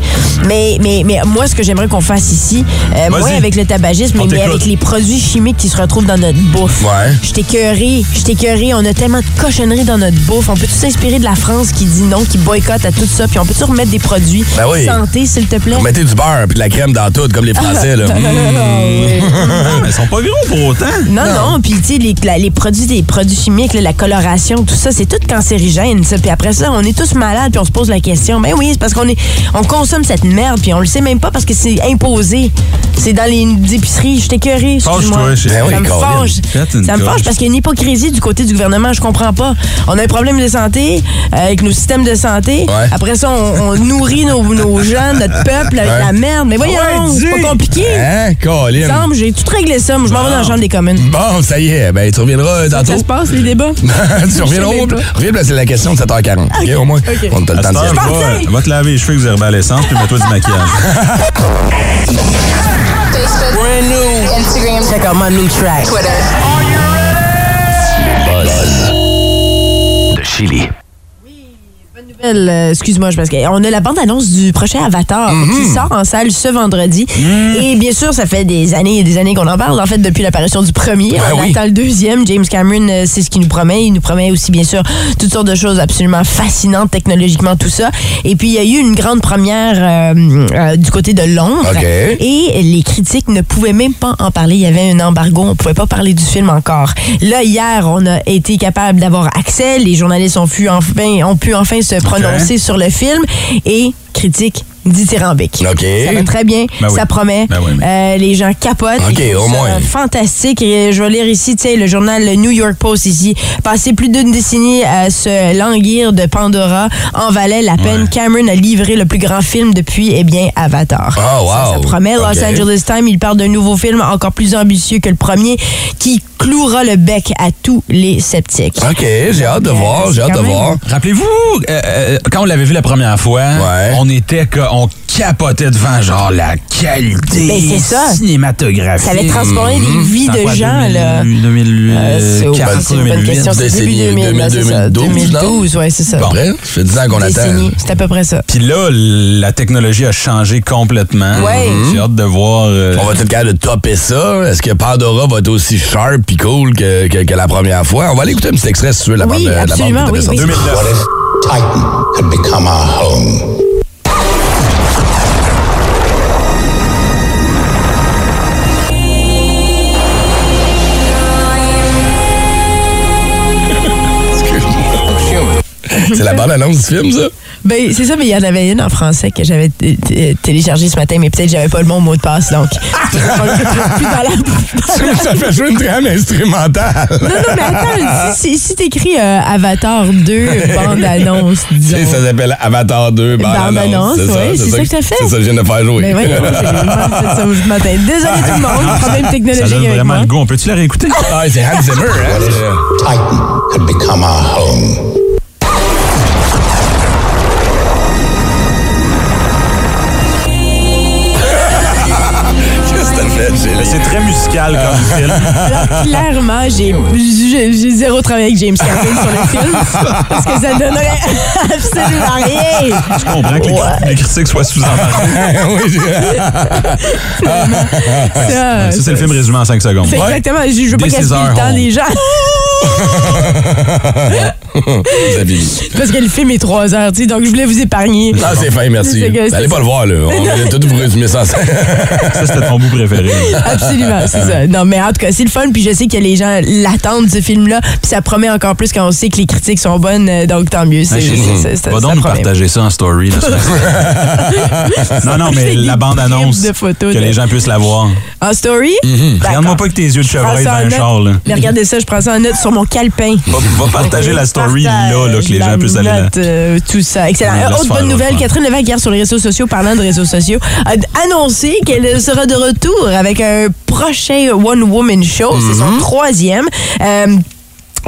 [SPEAKER 6] Mais, mais, mais moi, ce que j'aimerais qu'on fasse ici, euh,
[SPEAKER 7] Vas-y.
[SPEAKER 6] moins avec le tabagisme,
[SPEAKER 7] On
[SPEAKER 6] mais, mais
[SPEAKER 7] t'écoute.
[SPEAKER 6] avec les produits chimiques qui se retrouvent dans notre bouffe.
[SPEAKER 3] Ouais.
[SPEAKER 6] Je t'écœurerai, je t'écœurerai. On a tellement de cochonneries dans notre bouffe. On peut-tu s'inspirer de la France qui dit non, qui boycotte à tout ça, puis on peut-tu remettre des produits
[SPEAKER 3] Ben oui.
[SPEAKER 6] santé, s'il te plaît?
[SPEAKER 3] Vous mettez du beurre puis de la crème dans tout, comme les Français, là. Hmm. Mmh.
[SPEAKER 7] Ah, mais ils sont pas gros pour autant.
[SPEAKER 6] Non, non, puis tu sais, les, la- les produits, les produits chimiques, là, la coloration, tout ça, c'est tout cancérigène, ça. Puis après ça, on est tous malades, puis on se pose la question. Ben oui, c'est parce qu'on est, on consomme cette merde, puis on le sait même pas parce que c'est imposé. C'est dans les épiceries, je t'écœurée.
[SPEAKER 7] Fâche-toi, chérie.
[SPEAKER 3] Ben oui,
[SPEAKER 6] Ça me
[SPEAKER 3] Colin.
[SPEAKER 6] fâche.
[SPEAKER 7] Faites une
[SPEAKER 6] Ça me fâche
[SPEAKER 7] coche.
[SPEAKER 6] parce qu'il y a une hypocrisie du côté du gouvernement, je comprends pas. On a un problème de santé euh, avec nos systèmes de santé.
[SPEAKER 3] Ouais.
[SPEAKER 6] Après ça, on, on nourrit nos, nos gens, notre peuple avec
[SPEAKER 3] Ouais.
[SPEAKER 6] la merde. Mais voyons,
[SPEAKER 7] Ouais,
[SPEAKER 6] c'est
[SPEAKER 7] dis.
[SPEAKER 6] pas compliqué.
[SPEAKER 3] Hein,
[SPEAKER 6] Il me
[SPEAKER 3] Colin?
[SPEAKER 6] semble, j'ai tout réglé ça. Moi, je m'en vais dans la chambre des communes.
[SPEAKER 3] Bon, ça y est, ben tu reviendras dans
[SPEAKER 6] Ça
[SPEAKER 3] tantôt.
[SPEAKER 6] se passe, les débats?
[SPEAKER 3] tu reviens
[SPEAKER 6] Je sais
[SPEAKER 3] au
[SPEAKER 6] même
[SPEAKER 3] Reviens placer la question de 7h40, OK, au moins? On a le
[SPEAKER 7] À
[SPEAKER 3] temps
[SPEAKER 7] cette
[SPEAKER 3] de
[SPEAKER 7] heure,
[SPEAKER 3] dire.
[SPEAKER 7] va,
[SPEAKER 6] parti.
[SPEAKER 7] va te laver les cheveux avec du herbalescence puis mets-toi du maquillage.
[SPEAKER 6] Check out my new track.
[SPEAKER 2] De Chili.
[SPEAKER 6] Nouvelle, euh, excuse-moi, je parce qu'on a la bande-annonce du prochain Avatar
[SPEAKER 3] Mm-hmm.
[SPEAKER 6] qui sort en salle ce vendredi.
[SPEAKER 3] Mm.
[SPEAKER 6] Et bien sûr, ça fait des années et des années qu'on en parle. En fait, depuis l'apparition du premier,
[SPEAKER 3] Ben
[SPEAKER 6] on
[SPEAKER 3] oui.
[SPEAKER 6] attend le deuxième. James Cameron, euh, c'est ce qu'il nous promet. Il nous promet aussi, bien sûr, toutes sortes de choses absolument fascinantes technologiquement, tout ça. Et puis, il y a eu une grande première euh, euh, du côté de Londres.
[SPEAKER 3] OK.
[SPEAKER 6] Et les critiques ne pouvaient même pas en parler. Il y avait un embargo. On pouvait pas parler du film encore. Là, hier, on a été capable d'avoir accès. Les journalistes ont pu enfin, ont pu enfin se prononcer sur le film. Et critique dithyrambique.
[SPEAKER 3] OK.
[SPEAKER 6] Ça va très bien,
[SPEAKER 7] Ben oui.
[SPEAKER 6] ça promet.
[SPEAKER 7] Ben oui,
[SPEAKER 6] Euh, les gens capotent.
[SPEAKER 3] OK,
[SPEAKER 6] Ils trouvent
[SPEAKER 3] au
[SPEAKER 6] ça
[SPEAKER 3] moins.
[SPEAKER 6] Fantastique. Et je vais lire ici, tu sais, le journal le New York Post ici. Passé plus d'une décennie à se languir de Pandora, en valait la peine. Cameron a livré le plus grand film depuis, eh bien, Avatar.
[SPEAKER 3] Ah, wow.
[SPEAKER 6] Ça, ça promet. Los
[SPEAKER 3] OK.
[SPEAKER 6] Angeles Times, il parle d'un nouveau film encore plus ambitieux que le premier qui clouera le bec à tous les sceptiques.
[SPEAKER 3] OK, j'ai hâte de
[SPEAKER 6] Euh,
[SPEAKER 3] voir,
[SPEAKER 6] c'est
[SPEAKER 3] j'ai hâte
[SPEAKER 6] quand
[SPEAKER 3] de
[SPEAKER 6] même-
[SPEAKER 3] voir.
[SPEAKER 7] Rappelez-vous, euh, euh, quand on l'avait vu la première fois,
[SPEAKER 3] Ouais.
[SPEAKER 7] on était que- on capotait devant genre la qualité
[SPEAKER 6] Ben, c'est ça.
[SPEAKER 7] cinématographique.
[SPEAKER 6] Ça avait transformé les vies
[SPEAKER 7] C'est en
[SPEAKER 6] de
[SPEAKER 7] quoi,
[SPEAKER 6] gens,
[SPEAKER 7] 2000,
[SPEAKER 6] là.
[SPEAKER 7] 2008,
[SPEAKER 6] Euh, c'est au-
[SPEAKER 7] 40,
[SPEAKER 6] c'est une bonne
[SPEAKER 7] 2008.
[SPEAKER 6] question. C'est début
[SPEAKER 3] Décennie,
[SPEAKER 6] 2000, là, c'est ça.
[SPEAKER 3] 2012, non?
[SPEAKER 6] 2012, ouais, c'est ça.
[SPEAKER 3] Bon. Après, ça fait 10 ans qu'on attend.
[SPEAKER 6] Décennie, c'est à peu près ça.
[SPEAKER 7] Puis là, la technologie a changé complètement. Mm-hmm.
[SPEAKER 6] Ouais.
[SPEAKER 7] J'ai hâte de voir. euh,
[SPEAKER 3] On va être capable de topper ça. Est-ce que Pandora va être aussi sharp et cool que, que- que la première fois? On va aller écouter un petit extrait si tu veux, la
[SPEAKER 6] Oui,
[SPEAKER 3] bande, la bande
[SPEAKER 6] absolument,
[SPEAKER 3] que t'avais
[SPEAKER 6] oui,
[SPEAKER 3] sortie.
[SPEAKER 6] oui.
[SPEAKER 8] What if Titan had become our home?
[SPEAKER 3] C'est la bande annonce du film, ça?
[SPEAKER 6] Ben, c'est ça, mais il y en avait une en français que j'avais t- t- téléchargée ce matin, mais peut-être j'avais pas le bon mot de passe, donc. je peux pas le trouver plus dans la-
[SPEAKER 3] ça fait jouer une trame instrumentale.
[SPEAKER 6] Non, non, mais attends, si, si- si t'écris euh, Avatar 2, bande-annonce, disons.
[SPEAKER 3] Tu sais, ça s'appelle Avatar 2, bande
[SPEAKER 6] Bande
[SPEAKER 3] annonce.
[SPEAKER 6] annonce, oui, Ben, c'est ça que t'as fait.
[SPEAKER 3] C'est ça que je viens de faire jouer.
[SPEAKER 6] Ben voyons, j'ai vraiment fait ça ce matin. Désolé tout le monde, problème
[SPEAKER 7] ça donne
[SPEAKER 6] technologique avec
[SPEAKER 7] vraiment
[SPEAKER 6] moi.
[SPEAKER 7] le goût. On peut-tu la réécouter?
[SPEAKER 3] Ah, c'est Hans Zimmer, hein? c'est-
[SPEAKER 8] Titan had become our home.
[SPEAKER 3] Qu'est-ce que t'as fait, Gélie?
[SPEAKER 7] C'est très musical comme film.
[SPEAKER 6] Alors, clairement, j'ai j'ai- j'ai zéro travail avec James Cameron sur le film parce que ça donnerait absolument rien.
[SPEAKER 7] Je comprends que les, cri- les critiques soient sous-entendus.
[SPEAKER 3] Oui, j'ai-
[SPEAKER 6] Ça,
[SPEAKER 7] Ça, c'est le film résumé en 5 secondes.
[SPEAKER 6] c'est
[SPEAKER 7] Ouais.
[SPEAKER 6] exactement. Je je veux pas
[SPEAKER 7] This is
[SPEAKER 6] gaspiller
[SPEAKER 7] our
[SPEAKER 6] le temps
[SPEAKER 7] home.
[SPEAKER 6] des gens
[SPEAKER 3] vous avez-
[SPEAKER 6] parce que le film est trois heures, tu sais. Donc je voulais vous épargner.
[SPEAKER 3] Ah, c'est fin, merci.
[SPEAKER 6] C'est que-
[SPEAKER 3] Allez pas le voir, là. On va tout vous résumer ça. hein?
[SPEAKER 7] Ça, c'était ton bout préféré.
[SPEAKER 6] Absolument, c'est ça. Non, mais en tout cas, c'est le fun, puis je sais que les gens l'attendent, ce film-là, puis ça promet encore plus quand on sait que les critiques sont bonnes, euh, donc tant mieux. C'est, c'est- c'est- c'est-
[SPEAKER 7] Ah, Va
[SPEAKER 6] ça
[SPEAKER 7] donc nous
[SPEAKER 6] promet.
[SPEAKER 7] partager ça en story. là, sur Instagram. non, non, mais
[SPEAKER 6] C'est
[SPEAKER 7] la
[SPEAKER 6] des
[SPEAKER 7] bande-annonce.
[SPEAKER 6] clips de photos
[SPEAKER 7] que
[SPEAKER 6] de-
[SPEAKER 7] les gens puissent la voir.
[SPEAKER 6] En story?
[SPEAKER 7] Mhm. Regarde-moi pas avec tes yeux de
[SPEAKER 6] Prends
[SPEAKER 7] chevreuil dans
[SPEAKER 6] ça en
[SPEAKER 7] un
[SPEAKER 6] note.
[SPEAKER 7] char. Là.
[SPEAKER 6] Mais regardez ça, je prends ça en note sur mon calepin.
[SPEAKER 7] Va, va partager la story là, là, que les gens puissent aller là.
[SPEAKER 6] note, euh, tout ça. Excellent.
[SPEAKER 7] Ouais, laisse
[SPEAKER 6] Autre
[SPEAKER 7] faire,
[SPEAKER 6] bonne
[SPEAKER 7] laisse
[SPEAKER 6] nouvelle,
[SPEAKER 7] faire.
[SPEAKER 6] Catherine Levac, hier sur les réseaux sociaux, parlant de réseaux sociaux, a d- annoncé qu'elle sera de retour avec un prochain One Woman Show. C'est
[SPEAKER 7] Mhm.
[SPEAKER 6] son troisième. Euh,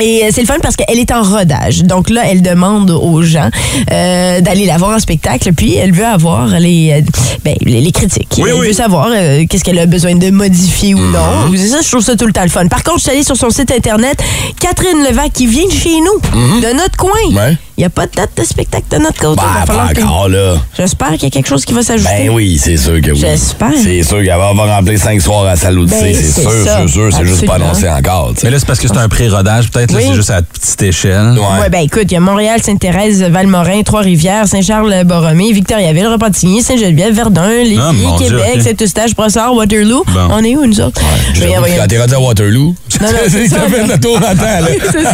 [SPEAKER 6] et euh, c'est le fun parce qu'elle est en rodage. Donc là, elle demande aux gens euh, d'aller la voir en spectacle. Puis elle veut avoir les, euh, ben, les, les critiques.
[SPEAKER 7] Oui,
[SPEAKER 6] elle
[SPEAKER 7] oui.
[SPEAKER 6] veut savoir euh, qu'est-ce qu'elle a besoin de modifier ou non. C'est Ça, je trouve ça tout le temps le fun. Par contre, je suis allée sur son site internet. Catherine Levac, qui vient de chez nous, de notre coin. Il
[SPEAKER 3] Ouais.
[SPEAKER 6] n'y a pas de date de spectacle de notre côté. Il va
[SPEAKER 3] Bah,
[SPEAKER 6] falloir
[SPEAKER 3] Ben, pas
[SPEAKER 6] que-
[SPEAKER 3] encore, là.
[SPEAKER 6] J'espère qu'il y a quelque chose qui va s'ajouter.
[SPEAKER 3] Ben oui, c'est sûr que oui.
[SPEAKER 6] J'espère.
[SPEAKER 3] C'est sûr qu'elle va va remplir 5 soirs à Salut
[SPEAKER 6] Ben,
[SPEAKER 3] c'est
[SPEAKER 6] c'est
[SPEAKER 3] sûr,
[SPEAKER 6] ça.
[SPEAKER 3] c'est sûr, c'est juste pas
[SPEAKER 6] Absolument.
[SPEAKER 3] annoncé encore. tu sais.
[SPEAKER 7] Mais là, c'est parce que c'est un pré-rodage, peut-être. là,
[SPEAKER 6] Oui.
[SPEAKER 7] C'est juste à petite échelle.
[SPEAKER 3] Ouais.
[SPEAKER 6] Ouais, ben écoute, il y a Montréal, Sainte-Thérèse, Val-Morin, Trois-Rivières, Saint-Charles-Borromée, Victoriaville, Repentigny, Sainte-Geneviève, Verdun, Lévis,
[SPEAKER 7] Ah, mon Dieu,
[SPEAKER 6] Québec,
[SPEAKER 7] ok.
[SPEAKER 6] Saint-Eustache, Brossard, Waterloo.
[SPEAKER 7] Bon.
[SPEAKER 6] On est où, nous autres? Je vais y envoyer un
[SPEAKER 3] Quand t'es rendu à Waterloo,
[SPEAKER 6] Non, non, c'est ça,
[SPEAKER 3] ça fait le tour en temps, là.
[SPEAKER 6] C'est ça.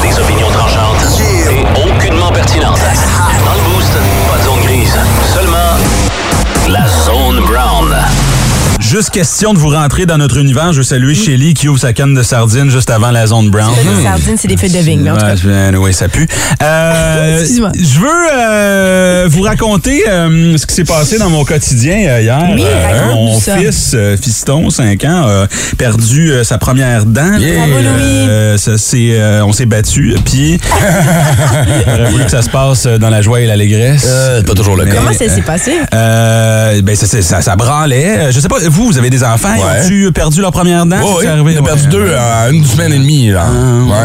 [SPEAKER 2] Des opinions tranchantes et aucunement pertinentes. Dans le boost, pas de zone grise, seulement la zone brown.
[SPEAKER 7] Juste question de vous rentrer dans notre univers. Je veux saluer Shelly qui ouvre sa canne de sardines juste avant la zone brown.
[SPEAKER 6] Pas des sardines, c'est des feuilles de vigne. mais en tout cas.
[SPEAKER 7] oui, ça pue. Euh,
[SPEAKER 6] Excuse-moi.
[SPEAKER 7] Je veux euh, vous raconter euh, ce qui s'est passé dans mon quotidien euh, hier.
[SPEAKER 6] Oui, raconte-nous
[SPEAKER 7] mon
[SPEAKER 6] ça.
[SPEAKER 7] fils, euh, Fiston, 5 ans, a perdu euh, sa première dent.
[SPEAKER 6] Bravo, Louis.
[SPEAKER 7] Euh, ça, c'est, euh, on s'est battu. Puis, j'aurais voulu que ça se passe euh, dans la joie et l'allégresse.
[SPEAKER 3] Euh, c'est pas toujours le cas.
[SPEAKER 6] Comment ça s'est passé?
[SPEAKER 7] Euh, ben ça, ça, ça, ça branlait. Euh, Je sais pas, vous, vous avez des enfants,
[SPEAKER 3] Ouais.
[SPEAKER 7] ont-tu perdu leur première dent?
[SPEAKER 3] Ouais,
[SPEAKER 7] Ah, C'est
[SPEAKER 3] ouais,
[SPEAKER 7] arrivé?
[SPEAKER 3] on Oh, a perdu
[SPEAKER 7] Ouais.
[SPEAKER 3] deux en une semaine et demie. Là.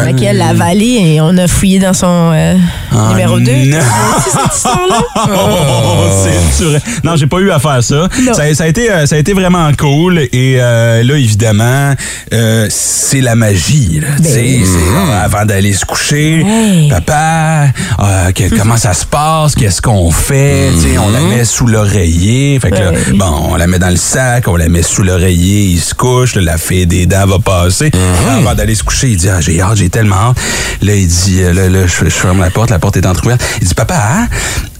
[SPEAKER 6] Fait
[SPEAKER 3] Ouais.
[SPEAKER 6] qu'elle l'a avalé et on a fouillé dans son euh,
[SPEAKER 7] Ah,
[SPEAKER 6] numéro 2.
[SPEAKER 7] non.
[SPEAKER 6] cette histoire-là?
[SPEAKER 7] Oh, c'est sûr. Non, j'ai pas eu à faire ça.
[SPEAKER 6] Non.
[SPEAKER 7] Ça, ça a été, euh, ça a été vraiment cool. Et euh, là, évidemment, euh, c'est la magie.
[SPEAKER 6] Ben
[SPEAKER 7] là. Tu sais, c'est, euh, avant d'aller se coucher,
[SPEAKER 6] Hey.
[SPEAKER 7] papa, euh, que- comment ça se passe, qu'est-ce qu'on fait. Tu sais, On la met sous l'oreiller. Fait que là,
[SPEAKER 6] Ouais.
[SPEAKER 7] bon, on la met dans le sac, on la met sous l'oreiller, il se couche, là, la fée des dents va passer. Avant d'aller se coucher, il dit ah, j'ai hâte, j'ai tellement hâte. Là, il dit euh, là, là, je, je ferme la porte, la porte est entrouverte. Il dit papa, hein,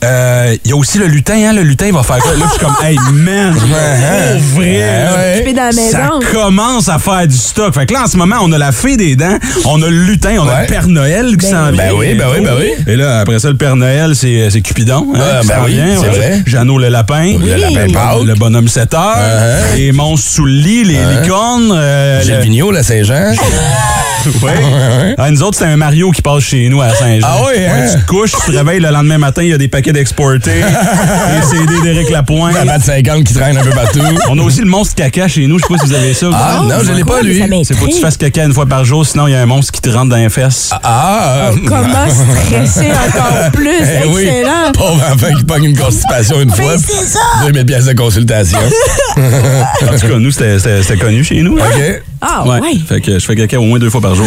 [SPEAKER 7] euh, Euh, Il y a aussi le lutin, hein? Le lutin, il va faire quoi? Là, je suis comme, hey, man, pour vrai, là,
[SPEAKER 5] Occupé dans la
[SPEAKER 7] ça
[SPEAKER 5] maison.
[SPEAKER 7] commence à faire du stock. Fait que là, en ce moment, on a la fée des dents, on a le lutin, on a
[SPEAKER 3] Ouais.
[SPEAKER 7] le Père Noël qui s'en vient.
[SPEAKER 3] Ben oui, ben oui, ben oui.
[SPEAKER 7] Et là, après ça, le Père Noël, c'est c'est Cupidon. hein,
[SPEAKER 3] Ah,
[SPEAKER 7] qui
[SPEAKER 3] ben
[SPEAKER 7] s'en
[SPEAKER 3] oui,
[SPEAKER 7] vient.
[SPEAKER 3] c'est vrai.
[SPEAKER 7] Jeannot le lapin. Euh,
[SPEAKER 3] Le lapin Pâques.
[SPEAKER 7] Le bonhomme 7 heures.
[SPEAKER 3] Uh-huh.
[SPEAKER 7] Les monstres sous le lit, les licornes. euh,
[SPEAKER 3] J'ai
[SPEAKER 7] le-
[SPEAKER 3] le vigno, la Saint-Jean.
[SPEAKER 7] Ouais. Ah, nous autres, c'est un Mario qui passe chez nous à Saint-Jean.
[SPEAKER 3] Ah oui, hein?
[SPEAKER 7] tu te couches, tu te réveilles le lendemain matin, il y a des paquets d'exportés, des CD d'Éric Lapointe.
[SPEAKER 3] La batte 50 qui traîne un peu partout.
[SPEAKER 7] On a aussi le monstre caca chez nous, je sais pas si vous avez ça.
[SPEAKER 3] Ah,
[SPEAKER 7] vous.
[SPEAKER 3] non, je l'ai pas, lui.
[SPEAKER 6] Ça
[SPEAKER 7] C'est pour que tu
[SPEAKER 6] m'intrigue.
[SPEAKER 7] fasses caca une fois par jour, sinon il y a un monstre qui te rentre dans les fesses.
[SPEAKER 3] Ah!
[SPEAKER 6] Oh,
[SPEAKER 3] euh,
[SPEAKER 5] Comment stresser encore plus?
[SPEAKER 3] eh oui.
[SPEAKER 5] Excellent.
[SPEAKER 3] Pauvre enfant qui pogne une constipation une fois.
[SPEAKER 6] c'est ça.
[SPEAKER 3] 2000 pièces de consultation.
[SPEAKER 7] En tout cas, nous, c'était- c'était c'était connu chez nous. hein.
[SPEAKER 3] OK?
[SPEAKER 6] Ah,
[SPEAKER 7] Ouais.
[SPEAKER 6] ouais.
[SPEAKER 7] Fait que je fais caca au moins deux fois par jour.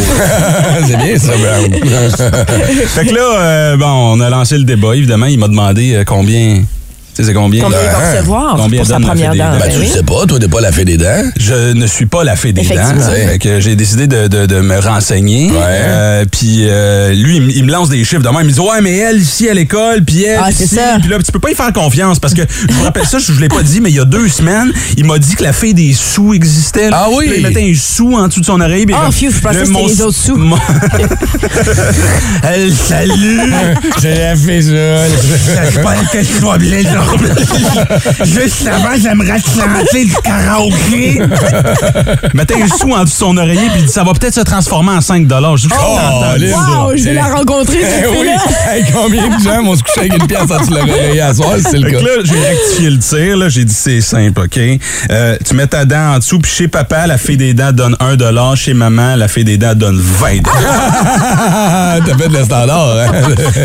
[SPEAKER 3] C'est bien, ça, ben. Ah, Brown.
[SPEAKER 7] fait que là, euh, bon, on a lancé le débat. Évidemment, il m'a demandé euh, combien. Tu sais, c'est combien?
[SPEAKER 6] Combien il va recevoir
[SPEAKER 7] Combien
[SPEAKER 6] pour sa
[SPEAKER 7] donne la
[SPEAKER 6] première
[SPEAKER 7] fée des
[SPEAKER 6] dent?
[SPEAKER 7] dents?
[SPEAKER 3] Ben, tu le sais pas, toi, t'es pas la fée des dents.
[SPEAKER 7] Je ne suis pas la fée des dents.
[SPEAKER 6] Hein? Effectivement.
[SPEAKER 7] Fait que j'ai décidé de, de- de me renseigner. Euh, puis euh, lui, il, me- il me lance des chiffres de même. Il me dit Ouais, mais elle, ici à l'école, puis elle.
[SPEAKER 6] Ah,
[SPEAKER 7] puis
[SPEAKER 6] c'est
[SPEAKER 7] ci,
[SPEAKER 6] ça.
[SPEAKER 7] Puis là, tu peux pas y faire confiance parce que je vous rappelle ça, je ne l'ai pas dit, mais il y a deux semaines, il m'a dit que la fée des sous existait. là.
[SPEAKER 3] Ah oui?
[SPEAKER 7] Puis Il mettait un sou en dessous de son oreille. puis
[SPEAKER 6] Ah,
[SPEAKER 7] comme,
[SPEAKER 6] phew, je pensais
[SPEAKER 7] le
[SPEAKER 6] que c'était
[SPEAKER 7] mon-
[SPEAKER 6] les autres sous.
[SPEAKER 7] mon- elle, salut
[SPEAKER 3] J'ai la fée, ça.
[SPEAKER 7] J'espère que je sois bien dormi. Juste avant, j'aimerais te lancer du karaoké. Mettez un sou en dessous de son oreiller puis il dit, ça va peut-être se transformer en 5 Je dis,
[SPEAKER 3] Oh,
[SPEAKER 7] Attends,
[SPEAKER 3] Lynn.
[SPEAKER 6] Wow, je vais la rencontrer,
[SPEAKER 3] Eh
[SPEAKER 6] cette
[SPEAKER 3] oui!
[SPEAKER 6] fille-là.
[SPEAKER 3] Hey, combien de gens vont se coucher avec une pièce en dessous de l'oreille à soir, si c'est le
[SPEAKER 7] Fait que
[SPEAKER 3] cas?
[SPEAKER 7] là, j'ai rectifié le tir. là. J'ai dit, c'est simple, OK? Euh, tu mets ta dent en dessous, puis chez papa, la fée des dents donne 1 Chez maman, la fée des dents donne 20
[SPEAKER 3] T'as fait le standard, hein?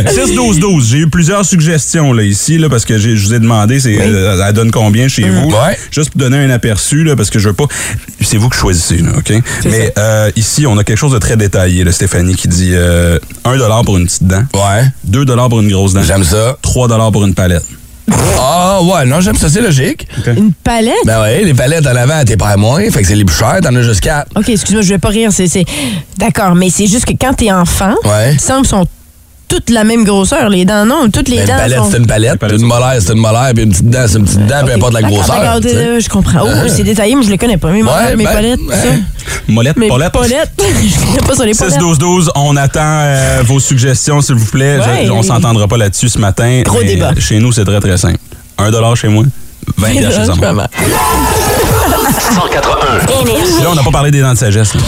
[SPEAKER 7] 6-12-12. J'ai eu plusieurs suggestions là, ici, là, parce que j'ai- je vous ai demandé, c'est, euh, elle donne combien chez vous? là.
[SPEAKER 3] Mm. Ouais.
[SPEAKER 7] Juste pour donner un aperçu, là, parce que je veux pas. C'est vous qui choisissez, là, OK? Mais euh, ici, on a quelque chose de très détaillé, là, Stéphanie, qui dit euh, 1 pour une petite dent,
[SPEAKER 3] Ouais,
[SPEAKER 7] 2 pour une grosse dent,
[SPEAKER 3] j'aime ça.
[SPEAKER 7] 3 pour une palette.
[SPEAKER 3] Ah, ouais, non, j'aime ça, c'est logique.
[SPEAKER 6] Une palette?
[SPEAKER 3] Ben ouais, les palettes en avant, t'es pas à moins, fait que c'est les plus chers, t'en as juste quatre.
[SPEAKER 6] OK, excuse-moi, je vais pas rire. c'est- c'est- D'accord, mais c'est juste que quand t'es enfant,
[SPEAKER 3] Ouais.
[SPEAKER 6] il semble sont toutes la même grosseur, les dents. Non, toutes les
[SPEAKER 3] Ben, une
[SPEAKER 6] dents
[SPEAKER 3] palette,
[SPEAKER 6] sont...
[SPEAKER 3] c'est une palette,
[SPEAKER 7] palette,
[SPEAKER 3] une molaire, c'est une molaire, puis une petite dent, c'est une petite dent, peu importe la
[SPEAKER 6] D'accord,
[SPEAKER 3] grosseur.
[SPEAKER 6] d'accord,
[SPEAKER 3] tu sais.
[SPEAKER 6] euh, je comprends. Oh, c'est détaillé, mais je le connais pas. Mais moi,
[SPEAKER 3] Ouais,
[SPEAKER 6] mes
[SPEAKER 3] ben,
[SPEAKER 6] palettes, tout ça.
[SPEAKER 7] Molette,
[SPEAKER 6] Mes
[SPEAKER 7] palette.
[SPEAKER 6] palettes, je connais pas sur les palettes.
[SPEAKER 7] 6-12-12, on attend euh, vos suggestions, s'il vous plaît. Je-
[SPEAKER 6] Ouais.
[SPEAKER 7] on s'entendra pas là-dessus ce matin.
[SPEAKER 6] Gros
[SPEAKER 7] mais
[SPEAKER 6] débat.
[SPEAKER 7] Chez nous, c'est très, très simple. 1 chez moi, 20 chez sa mère.
[SPEAKER 2] 181.
[SPEAKER 7] Puis Là, on n'a pas parlé des dents de sagesse. là.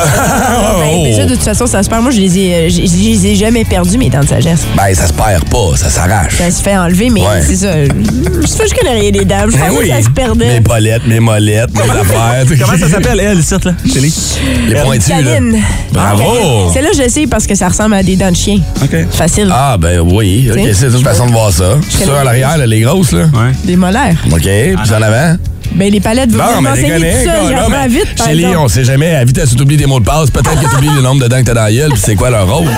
[SPEAKER 3] Oh.
[SPEAKER 6] Ben, déjà, de toute façon, ça se perd. Moi, je les ai, euh, je- je les ai jamais perdus, mes dents de sagesse.
[SPEAKER 3] Ben, ça se perd pas, ça s'arrache.
[SPEAKER 6] Ça se fait enlever, mais
[SPEAKER 3] Ouais.
[SPEAKER 6] c'est ça. Je, je connais rien des dents. Je
[SPEAKER 3] Ben
[SPEAKER 6] pensais que ça se perdait.
[SPEAKER 3] Mes polettes, mes molettes, mes affaires. tu sais.
[SPEAKER 7] Comment ça s'appelle, elle, ici, là? Chélie?
[SPEAKER 3] Les pointus, là.
[SPEAKER 6] Caline. Ah, ben,
[SPEAKER 3] Bravo!
[SPEAKER 6] Celle-là, je le sais parce que ça ressemble à des dents de chien.
[SPEAKER 7] OK.
[SPEAKER 6] Facile.
[SPEAKER 3] Ah, ben oui, ok,
[SPEAKER 6] T'sais.
[SPEAKER 3] c'est une façon de voir ça. C'est à l'arrière, là, les grosses, là.
[SPEAKER 7] Ouais.
[SPEAKER 6] Des molaires.
[SPEAKER 3] OK, puis en avant.
[SPEAKER 6] Ben, les palettes, vous
[SPEAKER 3] Bon,
[SPEAKER 6] pouvez
[SPEAKER 3] mais les
[SPEAKER 6] m'enseigner
[SPEAKER 3] connais.
[SPEAKER 6] tout ça.
[SPEAKER 3] quoi,
[SPEAKER 6] Il
[SPEAKER 3] non,
[SPEAKER 6] apprend
[SPEAKER 3] mais
[SPEAKER 6] vite, par
[SPEAKER 3] Chélie,
[SPEAKER 6] exemple.
[SPEAKER 3] on sait jamais. À vitesse où t'oublies des mots de passe, peut-être que t'oublies le nombre de dents que t'as dans la gueule, puis c'est quoi leur rôle.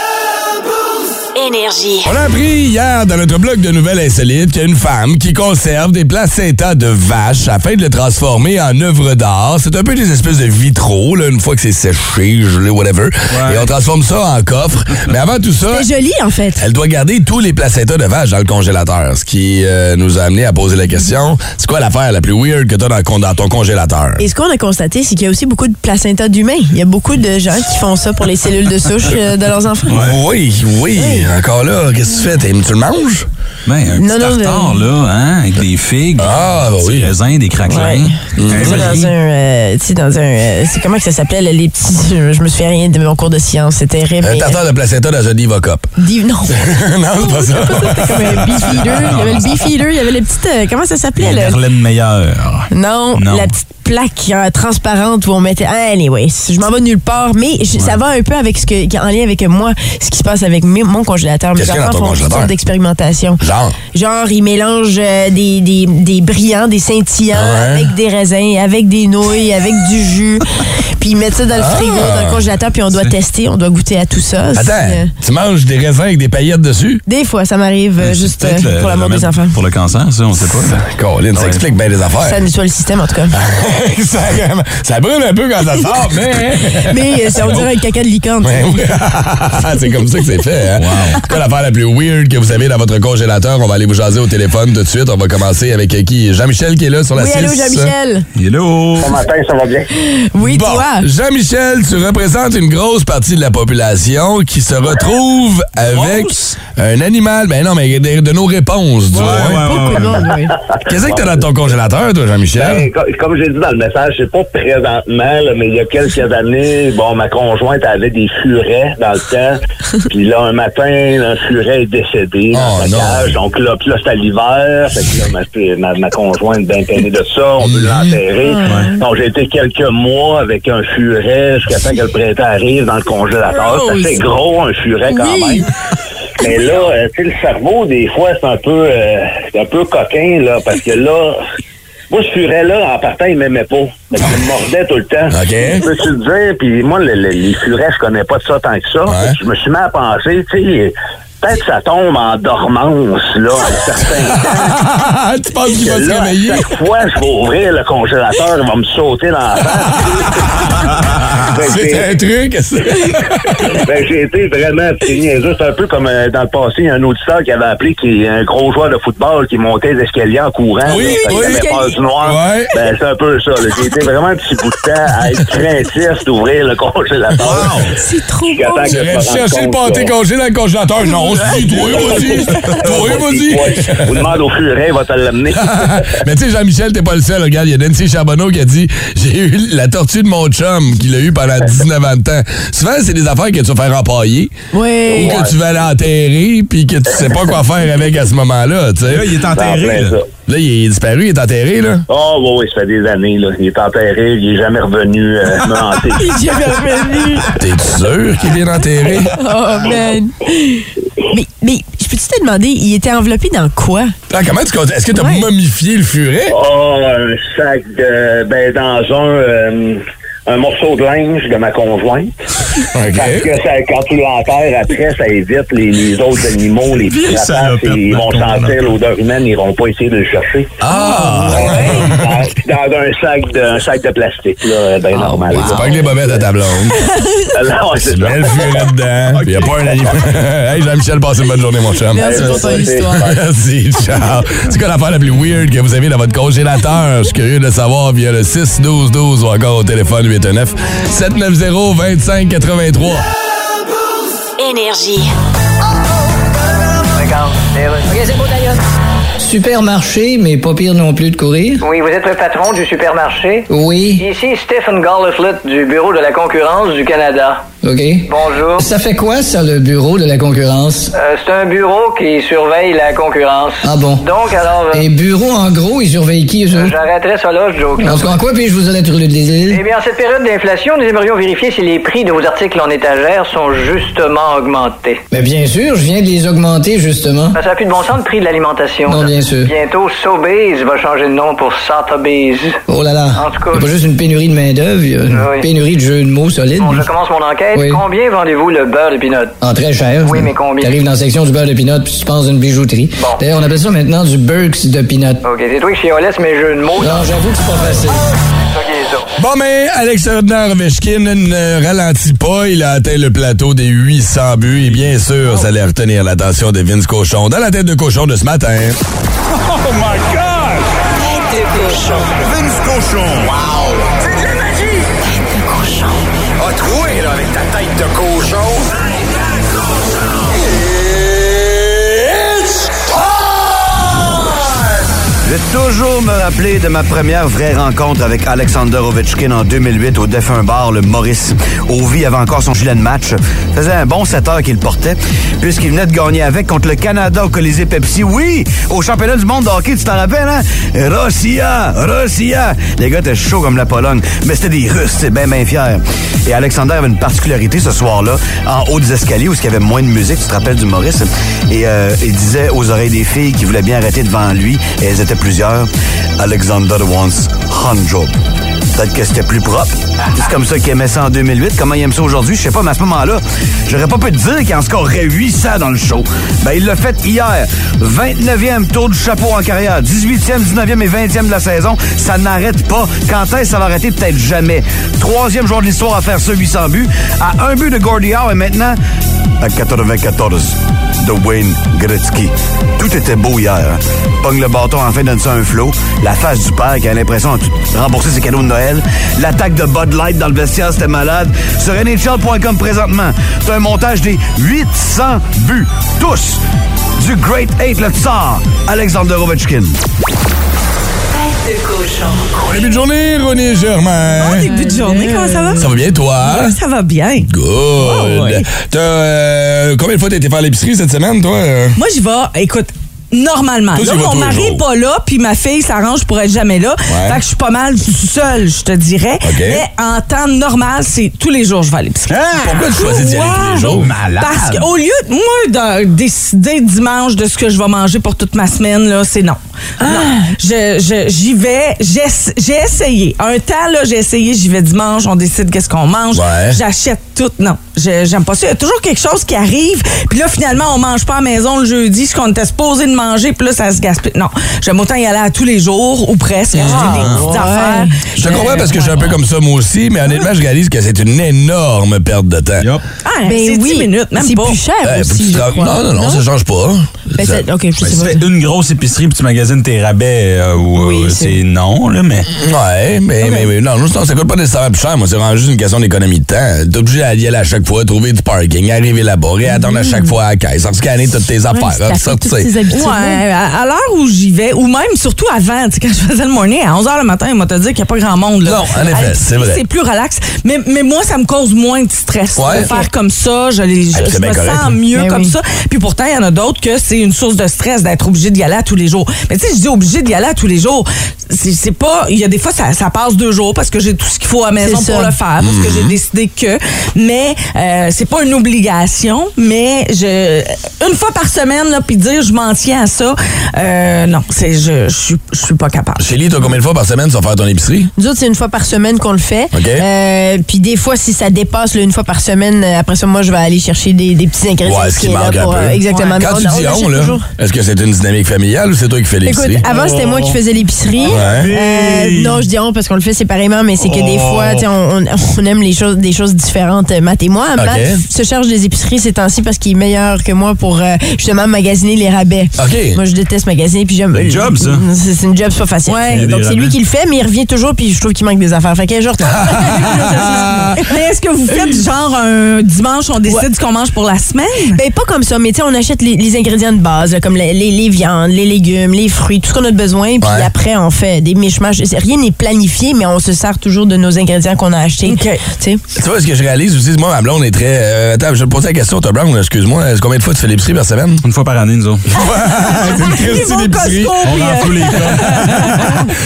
[SPEAKER 1] Énergie.
[SPEAKER 3] On a appris hier dans notre blog de nouvelles insolites qu'il y a une femme qui conserve des placentas de vache afin de les transformer en œuvres d'art. C'est un peu des espèces de vitraux, là, une fois que c'est séché, gelé, whatever. Et on transforme ça en coffre. Mais avant tout ça,
[SPEAKER 6] C'est joli, en fait.
[SPEAKER 3] elle doit garder tous les placentas de vache dans le congélateur, ce qui euh, nous a amené à poser la question, c'est quoi l'affaire la plus weird que t'as dans, con- dans ton congélateur?
[SPEAKER 6] Et ce qu'on a constaté, c'est qu'il y a aussi beaucoup de placenta d'humains. Il y a beaucoup de gens qui font ça pour les cellules de souche euh, de leurs enfants.
[SPEAKER 3] Oui, oui, encore là, qu'est-ce que tu fais? T'aimes- Tu le manges?
[SPEAKER 7] Ben, un
[SPEAKER 6] Non,
[SPEAKER 7] petit
[SPEAKER 6] non,
[SPEAKER 7] tartare, là, hein, avec des figues,
[SPEAKER 3] Ah, bah
[SPEAKER 7] des
[SPEAKER 3] oui.
[SPEAKER 7] petits raisins, des craquelins.
[SPEAKER 3] Hein?
[SPEAKER 7] Un
[SPEAKER 6] Ouais. Tu sais,
[SPEAKER 7] riz.
[SPEAKER 6] dans un, euh, tu sais, dans un, euh, c'est comment que ça s'appelait là, les petits, je, je me souviens rien de mon cours de science, c'est terrible.
[SPEAKER 3] Un
[SPEAKER 6] mais,
[SPEAKER 3] tartare de placenta dans un Divocop.
[SPEAKER 6] euh, div- non,
[SPEAKER 3] Euh, non, c'est pas ça.
[SPEAKER 6] c'était comme un beefeater. Il y avait le beefeater, il y avait les petites, euh, comment ça s'appelait
[SPEAKER 7] Une
[SPEAKER 6] là
[SPEAKER 7] Berline meilleure.
[SPEAKER 6] Non,
[SPEAKER 7] Non.
[SPEAKER 6] la petite plaque euh, transparente où on mettait. ah, Anyway, je m'en vais nulle part, mais je- ça va un peu avec ce que, en lien avec moi, ce qui se passe avec mes- mon congélateur. Mes
[SPEAKER 3] Qu'est-ce qu'il y a dans
[SPEAKER 6] enfants
[SPEAKER 3] ton
[SPEAKER 6] font toutes
[SPEAKER 3] congélateur?
[SPEAKER 6] sortes d'expérimentations.
[SPEAKER 3] Genre.
[SPEAKER 6] Genre, ils mélangent euh, des, des, des brillants, des scintillants
[SPEAKER 7] Ah
[SPEAKER 3] Ouais.
[SPEAKER 6] avec des raisins, avec des nouilles, avec du jus. puis ils mettent ça dans
[SPEAKER 7] Ah!
[SPEAKER 6] le frigo, dans le congélateur, puis on doit tester, on doit goûter à tout ça. C'est, euh,
[SPEAKER 3] Attends, tu manges des raisins avec des paillettes dessus?
[SPEAKER 6] des fois, ça m'arrive euh, juste
[SPEAKER 7] Peut-être
[SPEAKER 6] euh,
[SPEAKER 7] le-
[SPEAKER 6] pour l'amour
[SPEAKER 7] le
[SPEAKER 6] des
[SPEAKER 7] remède
[SPEAKER 6] enfants.
[SPEAKER 7] Pour le cancer, ça, on sait pas. là.
[SPEAKER 3] Colin, ça explique bien des
[SPEAKER 6] Ça
[SPEAKER 3] affaires.
[SPEAKER 6] nettoie le système, en tout cas.
[SPEAKER 3] ça, ça brûle un peu quand ça sort, mais...
[SPEAKER 6] Mais euh, c'est on dirait un caca de licorne. tu sais.
[SPEAKER 3] Ouais, ouais. c'est comme ça que c'est fait. Hein? C'est quoi l'affaire la plus weird que vous avez dans votre congélateur? On va aller vous jaser au téléphone tout de suite. On va commencer avec euh, qui? Jean-Michel qui est là sur
[SPEAKER 7] bah,
[SPEAKER 3] la
[SPEAKER 6] Oui,
[SPEAKER 3] 6.
[SPEAKER 6] allô, Jean-Michel.
[SPEAKER 9] Hello!
[SPEAKER 7] oh!
[SPEAKER 6] Oui,
[SPEAKER 3] Bon,
[SPEAKER 6] toi.
[SPEAKER 3] Jean-Michel, tu représentes une grosse partie de la population qui se retrouve avec un animal. Ben non, mais de, de nos réponses, du
[SPEAKER 9] Ouais,
[SPEAKER 3] moins.
[SPEAKER 9] ouais, ouais, ouais.
[SPEAKER 6] Beaucoup de monde, oui.
[SPEAKER 3] Qu'est-ce que t'as dans ton congélateur, toi, Jean-Michel?
[SPEAKER 10] Ben, co- comme j'ai dit dans le message, c'est pas présentement, là, mais il y a quelques années, bon, ma conjointe avait des furets dans le temps. Puis là, un matin, un furet est décédé dans
[SPEAKER 3] Oh,
[SPEAKER 10] sa
[SPEAKER 3] non.
[SPEAKER 10] cage. Donc là, puis là, c'était l'hiver. Fait que là, ma, ma- ma conjointe bien peinée de ça. On
[SPEAKER 3] Mhm.
[SPEAKER 10] veut l'enterrer. Donc, j'ai été quelques mois avec un furet jusqu'à temps que le printemps arrive dans le congélateur.
[SPEAKER 6] Rose.
[SPEAKER 10] C'était gros, un furet quand
[SPEAKER 6] Oui.
[SPEAKER 10] même. Mais là, euh, tu sais, le cerveau, des fois, c'est un peu euh, c'est un peu coquin, là, parce que là, moi, ce furet-là, en partant, il m'aimait pas. Fait que il me mordait tout le temps.
[SPEAKER 3] OK.
[SPEAKER 10] Je me suis dit, puis moi, le- le- les furets, je connais pas de ça tant que ça.
[SPEAKER 3] Ouais.
[SPEAKER 10] Fait que Je me suis mis à penser, tu sais, peut-être que ça tombe en dormance, là, un certain
[SPEAKER 3] tu penses qu'il Ah, va
[SPEAKER 10] que Ben, là,
[SPEAKER 3] se
[SPEAKER 10] Ben, à
[SPEAKER 3] réveiller?
[SPEAKER 10] chaque fois, je vais ouvrir le congélateur, il va me sauter dans la face. Fait que
[SPEAKER 3] C'est un truc, ça.
[SPEAKER 10] ben, j'ai été vraiment petit niaiseux. C'est un peu comme euh, dans le passé, il y a un auditeur qui avait appelé qui est un gros joueur de football qui montait les escaliers en courant.
[SPEAKER 3] Oui,
[SPEAKER 10] là, parce qu'il
[SPEAKER 3] oui.
[SPEAKER 10] avait peur du noir.
[SPEAKER 3] Ouais.
[SPEAKER 10] Ben, c'est un peu ça. là. J'ai été vraiment un petit bout de temps à être craintif d'ouvrir le congélateur.
[SPEAKER 6] C'est trop
[SPEAKER 10] Jusqu'à
[SPEAKER 6] beau.
[SPEAKER 10] temps que je me
[SPEAKER 3] J'aurais
[SPEAKER 10] rende
[SPEAKER 3] cherché le
[SPEAKER 10] compte,
[SPEAKER 3] pâté
[SPEAKER 10] là.
[SPEAKER 3] congé dans le congélateur. Non, si, toi, vas-y. Toi, vas-y. Ah,
[SPEAKER 10] Ouais. Vous demande au furet, il va te l'amener.
[SPEAKER 3] Mais tu sais, Jean-Michel, t'es pas le seul. Regarde, il y a Nancy Charbonneau qui a dit J'ai eu la tortue de mon chum qu'il a eu pendant 19 ans de temps. Souvent, c'est des affaires que tu vas faire empailler. Ou
[SPEAKER 6] Oui.
[SPEAKER 3] que tu vas aller enterrer, puis que tu sais pas quoi faire avec à ce moment-là, tu sais.
[SPEAKER 9] Là, il est
[SPEAKER 10] En
[SPEAKER 9] enterré.
[SPEAKER 10] Ah, plein
[SPEAKER 9] là.
[SPEAKER 10] ça.
[SPEAKER 3] Là, il est disparu, il est enterré, là.
[SPEAKER 10] Oh, oui, oui, ça fait des années. Là. Il est enterré, il n'est jamais revenu euh, me hanter.
[SPEAKER 6] J'ai revenu.
[SPEAKER 3] T'es sûr qu'il est bien enterré?
[SPEAKER 6] Oh, man. Mais, mais je peux-tu te demander, il était enveloppé dans quoi?
[SPEAKER 3] Ah, comment tu comptes? Est-ce que t'as
[SPEAKER 6] Ouais.
[SPEAKER 3] momifié le furet?
[SPEAKER 10] Ah, un sac de. Ben, dans un. euh, un morceau de linge de ma conjointe. Parce
[SPEAKER 3] OK.
[SPEAKER 10] que ça, quand tu l'enterres après, ça évite les, les autres animaux, les petits
[SPEAKER 9] Vieille
[SPEAKER 10] rapaces,
[SPEAKER 9] salopette,
[SPEAKER 10] et ils
[SPEAKER 9] ma
[SPEAKER 10] vont
[SPEAKER 9] conjointe.
[SPEAKER 10] sentir l'odeur humaine, ils vont pas essayer de le chercher.
[SPEAKER 3] Ah!
[SPEAKER 10] Dans, dans un sac de, un sac de plastique, là,
[SPEAKER 3] Ah,
[SPEAKER 10] ben normal.
[SPEAKER 3] Faut pas que les bobettes à ta blonde.
[SPEAKER 10] là. Non, c'est
[SPEAKER 3] Tu
[SPEAKER 10] ça.
[SPEAKER 3] mets le furet dedans. Puis y a pas un animal. hey, Jean-Michel, passe une bonne journée, mon chum.
[SPEAKER 6] Merci
[SPEAKER 10] ben,
[SPEAKER 6] pour
[SPEAKER 10] ça,
[SPEAKER 6] ton
[SPEAKER 10] c'est-
[SPEAKER 6] histoire.
[SPEAKER 3] Merci, ciao. C'est quoi l'affaire la plus weird que vous avez dans votre congélateur? Je suis curieux de le savoir via le 6-12-12 ou encore au téléphone 819-790-2583.
[SPEAKER 1] Énergie.
[SPEAKER 11] Supermarché, mais pas pire non plus de courir.
[SPEAKER 12] Oui, vous êtes le patron du supermarché.
[SPEAKER 11] Oui.
[SPEAKER 12] Ici Stephen Garliflet du Bureau de la concurrence du Canada.
[SPEAKER 11] OK.
[SPEAKER 12] Bonjour.
[SPEAKER 11] Ça fait quoi, ça, le bureau de la concurrence?
[SPEAKER 12] Euh, c'est un bureau qui surveille la concurrence.
[SPEAKER 11] Ah bon?
[SPEAKER 12] Donc alors, euh,
[SPEAKER 11] Et bureau, en gros, ils surveillent qui, eux autres?
[SPEAKER 12] j'arrêterai ça là, je joke.
[SPEAKER 11] Parce qu'en quoi puis-je vous aller trouver des
[SPEAKER 12] Eh
[SPEAKER 11] îles?
[SPEAKER 12] bien, en cette période d'inflation, nous aimerions vérifier si les prix de vos articles en étagère sont justement augmentés.
[SPEAKER 11] Ben, bien sûr, je viens de les augmenter, justement.
[SPEAKER 12] Ben, Ça n'a plus de bon sens le prix de l'alimentation.
[SPEAKER 11] Non,
[SPEAKER 12] là.
[SPEAKER 11] bien sûr.
[SPEAKER 12] Bientôt, Sobeys va changer de nom pour Sotheby's.
[SPEAKER 11] Oh là là.
[SPEAKER 12] En tout cas,
[SPEAKER 11] Il y a pas juste une pénurie de main-d'œuvre, il y a une
[SPEAKER 12] Oui.
[SPEAKER 11] pénurie de jeux de mots solides.
[SPEAKER 12] Bon, je commence mon enquête.
[SPEAKER 11] Oui.
[SPEAKER 12] Combien vendez-vous le beurre de pinot?
[SPEAKER 11] En très cher.
[SPEAKER 12] Oui, mais combien?
[SPEAKER 11] T'arrives dans la section du beurre de pinot, puis tu penses d'une bijouterie.
[SPEAKER 12] Bon.
[SPEAKER 11] D'ailleurs, on appelle ça maintenant du Burks de pinot.
[SPEAKER 12] Ok, c'est toi qui chiolais mes jeux de mots.
[SPEAKER 11] Non, j'avoue que c'est pas facile.
[SPEAKER 12] C'est ça qui est ça.
[SPEAKER 3] Bon, mais Alexander Ovechkin ne ralentit pas. Il a atteint le plateau des 800 buts. Et bien sûr, ça allait retenir l'attention de Vince Cochon dans la tête de cochon de ce matin.
[SPEAKER 13] Vince Cochon. Wow! C'est de la magie! Tête de cochon. A troué, là, avec ta tête de cochon.
[SPEAKER 7] Je vais toujours me rappeler de ma première vraie rencontre avec Alexander Ovechkin en 2008 au défunt bar Le Maurice. Ovi avait encore son gilet de match. faisait un bon 7 heures qu'il portait, puisqu'il venait de gagner avec contre le Canada au Colisée Pepsi. Oui, au championnat du monde de hockey, tu t'en rappelles, hein? Russia! Russia! Les gars étaient chauds comme la Pologne, mais c'était des Russes, c'est bien, bien fier. Et Alexander avait une particularité ce soir-là, en haut des escaliers, où il y avait moins de musique, tu te rappelles du Maurice, et euh, il disait aux oreilles des filles qui voulaient bien arrêter devant lui, et elles étaient plusieurs, Alexander wants 100. Peut-être que c'était plus propre. C'est comme ça qu'il aimait ça en 2008. Comment il aime ça aujourd'hui, je sais pas, mais à ce moment-là, j'aurais pas pu te dire qu'il en scorerait 800 dans le show. Ben, il l'a fait hier. 29e tour du chapeau en carrière. 18e, 19e et 20e de la saison. Ça n'arrête pas. Quand est-ce que ça va arrêter? Peut-être jamais. Troisième joueur de l'histoire à faire ça, 800 buts. À un but de Gordy Howe et maintenant,
[SPEAKER 14] à 94 de Wayne Gretzky. Tout était beau hier. hein. Pogne le bâton, enfin donne ça un flot. La face du père qui a l'impression de tout- rembourser ses cadeaux de Noël. L'attaque de Bud Light dans le vestiaire, c'était malade. Sur NHL.com présentement, c'est un montage des 800 buts. Tous du Great Eight, le tsar, Alexander Ovechkin.
[SPEAKER 1] Tête de cochon.
[SPEAKER 3] Bon début de journée, René Germain. Bon
[SPEAKER 12] début de journée, comment ça va?
[SPEAKER 3] Ça va bien, toi?
[SPEAKER 12] Ouais, Ah, ça va bien.
[SPEAKER 3] Good. T'as, euh, combien de fois t'as été faire l'épicerie cette semaine, toi? euh?
[SPEAKER 6] Hein?
[SPEAKER 12] Moi, j'y vais, écoute, normalement.
[SPEAKER 3] Toi,
[SPEAKER 12] Là,
[SPEAKER 3] tu vas
[SPEAKER 12] mon
[SPEAKER 3] tous les
[SPEAKER 12] mari
[SPEAKER 3] jours.
[SPEAKER 12] n'est pas là, puis ma fille s'arrange pour être jamais là.
[SPEAKER 3] Ouais.
[SPEAKER 12] Fait que je suis pas mal seule, je te dirais. Mais en temps normal, c'est tous les jours, je vais à l'épicerie.
[SPEAKER 3] Pourquoi tu Ah, choisis d'y aller tous les jours? Malade.
[SPEAKER 12] Parce
[SPEAKER 6] oh,
[SPEAKER 12] qu'au lieu, de- moi, de décider dimanche de ce que je vais manger pour toute ma semaine, là, c'est non.
[SPEAKER 6] Ah.
[SPEAKER 12] Non. Je- je- J'y vais, j'ess- j'ai essayé. Un temps, là, j'ai essayé, j'y vais dimanche, on décide qu'est-ce qu'on mange. J'achète tout. Non, je- j'aime pas ça. Il y a toujours quelque chose qui arrive, puis là, finalement, on mange pas à la maison le jeudi, ce qu'on était supposé de manger, puis là, ça se gaspille. Non, j'aime autant y aller à tous les jours, ou presque, acheter des petites affaires.
[SPEAKER 3] Je te comprends parce que je suis un peu comme ça moi aussi, mais honnêtement, je réalise que c'est une énorme perte de temps.
[SPEAKER 12] Ah, c'est 10 minutes,
[SPEAKER 6] Ben
[SPEAKER 12] même
[SPEAKER 6] c'est
[SPEAKER 12] pas.
[SPEAKER 6] plus cher
[SPEAKER 3] Eh, puis
[SPEAKER 6] Ah, aussi.
[SPEAKER 3] tu
[SPEAKER 6] je
[SPEAKER 3] tra-
[SPEAKER 6] crois.
[SPEAKER 3] non, non, non, ça change pas.
[SPEAKER 6] Ben,
[SPEAKER 3] Ça-
[SPEAKER 6] c'est- OK, je
[SPEAKER 7] Si
[SPEAKER 6] sais
[SPEAKER 7] tu
[SPEAKER 6] pas.
[SPEAKER 7] fais une grosse épicerie puis tu magasines tes rabais, euh, ou, euh, c'est non, là, mais.
[SPEAKER 3] Ouais, mais, mais, mais non, non, non, ça coûte pas nécessairement plus cher. Moi, c'est vraiment juste une question d'économie de temps. T'es obligé d'y aller à chaque fois, trouver du parking, arriver là-bas, réattendre
[SPEAKER 6] Mm.
[SPEAKER 3] à chaque fois à la caisse, scanner toutes tes affaires, sortir.
[SPEAKER 12] Ouais, Euh, à à l'heure où j'y vais, ou même surtout avant, tu sais, quand je faisais le morning, à 11h le matin, il m'a te dire qu'il n'y a pas grand monde. Là.
[SPEAKER 3] Non, en effet,
[SPEAKER 12] À l'épicerie,
[SPEAKER 3] c'est vrai.
[SPEAKER 12] C'est plus relax. Mais, mais moi, ça me cause moins de stress.
[SPEAKER 3] Ouais.
[SPEAKER 12] De faire comme ça, je, les- je-
[SPEAKER 3] Ah, c'est
[SPEAKER 12] je
[SPEAKER 3] bien
[SPEAKER 12] me
[SPEAKER 3] correct,
[SPEAKER 12] sens
[SPEAKER 3] hein.
[SPEAKER 12] mieux
[SPEAKER 3] Ben
[SPEAKER 12] comme
[SPEAKER 3] oui.
[SPEAKER 12] ça. Puis pourtant, il y en a d'autres que c'est une source de stress d'être obligé d'y aller à tous les jours. Mais tu sais, je dis obligé d'y aller à tous les jours. C'est c'est pas. Il y a des fois, ça, ça passe deux jours parce que j'ai tout ce qu'il faut à la maison
[SPEAKER 6] C'est
[SPEAKER 12] pour
[SPEAKER 6] ça.
[SPEAKER 12] le faire, parce que
[SPEAKER 6] Mhm.
[SPEAKER 12] j'ai décidé que. Mais euh, c'est pas une obligation, mais je une fois par semaine, là, puis dire je m'en tiens à ça, euh, non, c'est je, je, suis- je suis pas capable.
[SPEAKER 3] Chélie, toi, combien de fois par semaine tu vas faire ton épicerie?
[SPEAKER 6] Nous autres, c'est une fois par semaine qu'on le fait.
[SPEAKER 3] OK.
[SPEAKER 6] Euh, puis des fois, si ça dépasse le une fois par semaine, euh, après ça, moi, je vais aller chercher des, des petits ingrédients.
[SPEAKER 3] Ouais, ce qui
[SPEAKER 6] est là
[SPEAKER 3] manque un
[SPEAKER 6] pour,
[SPEAKER 3] peu.
[SPEAKER 6] euh, Exactement.
[SPEAKER 3] Quand
[SPEAKER 6] Mais
[SPEAKER 3] tu
[SPEAKER 6] on-
[SPEAKER 3] dis
[SPEAKER 6] on
[SPEAKER 3] on, là,
[SPEAKER 6] l'achète toujours.
[SPEAKER 3] est-ce que c'est une dynamique familiale ou c'est toi qui fais l'épicerie?
[SPEAKER 6] Écoute, ah, avant, c'était moi qui faisais l'épicerie.
[SPEAKER 3] Ouais.
[SPEAKER 6] Euh, non, je dis on parce qu'on le fait séparément, mais c'est que des
[SPEAKER 3] Oh.
[SPEAKER 6] fois, tu sais, on, on- on aime les choses, des choses différentes. Euh, Matt et moi,
[SPEAKER 3] Ok.
[SPEAKER 6] Matt se charge des épiceries ces temps-ci parce qu'il est meilleur que moi pour euh, justement magasiner les rabais.
[SPEAKER 3] Ok.
[SPEAKER 6] Moi, je déteste magasiner, puis j'aime. Mm,
[SPEAKER 7] C'est une job, ça.
[SPEAKER 6] C'est c'est une job, c'est pas facile.
[SPEAKER 7] Il y a des
[SPEAKER 6] Donc, c'est
[SPEAKER 7] rabais.
[SPEAKER 6] lui qui le fait, mais il revient toujours, puis je trouve qu'il manque des affaires. Fait que je retourne.
[SPEAKER 12] Mais est-ce que vous faites genre un dimanche, on décide ce qu'on mange pour la semaine?
[SPEAKER 6] Ben, pas comme ça, mais tu sais, on achète les, les ingrédients de base, là, comme les, les- les viandes, les légumes, les fruits, tout ce qu'on a de besoin. Puis
[SPEAKER 12] Ouais.
[SPEAKER 6] après, on fait des mishmash. C'est- Rien n'est planifié, mais on se sert toujours de nos ingrédients qu'on a achetés. Tu sais.
[SPEAKER 3] Tu vois, ce que je réalise aussi, moi, ma blonde est très. euh, attends, je vais te poser la question, toi, blonde, excuse-moi. euh, Combien de fois tu fais l'épicerie par semaine?
[SPEAKER 7] Une fois par année, nous autres. Ah,
[SPEAKER 3] c'est une Christie d'épicerie.
[SPEAKER 7] On renfloue les gars.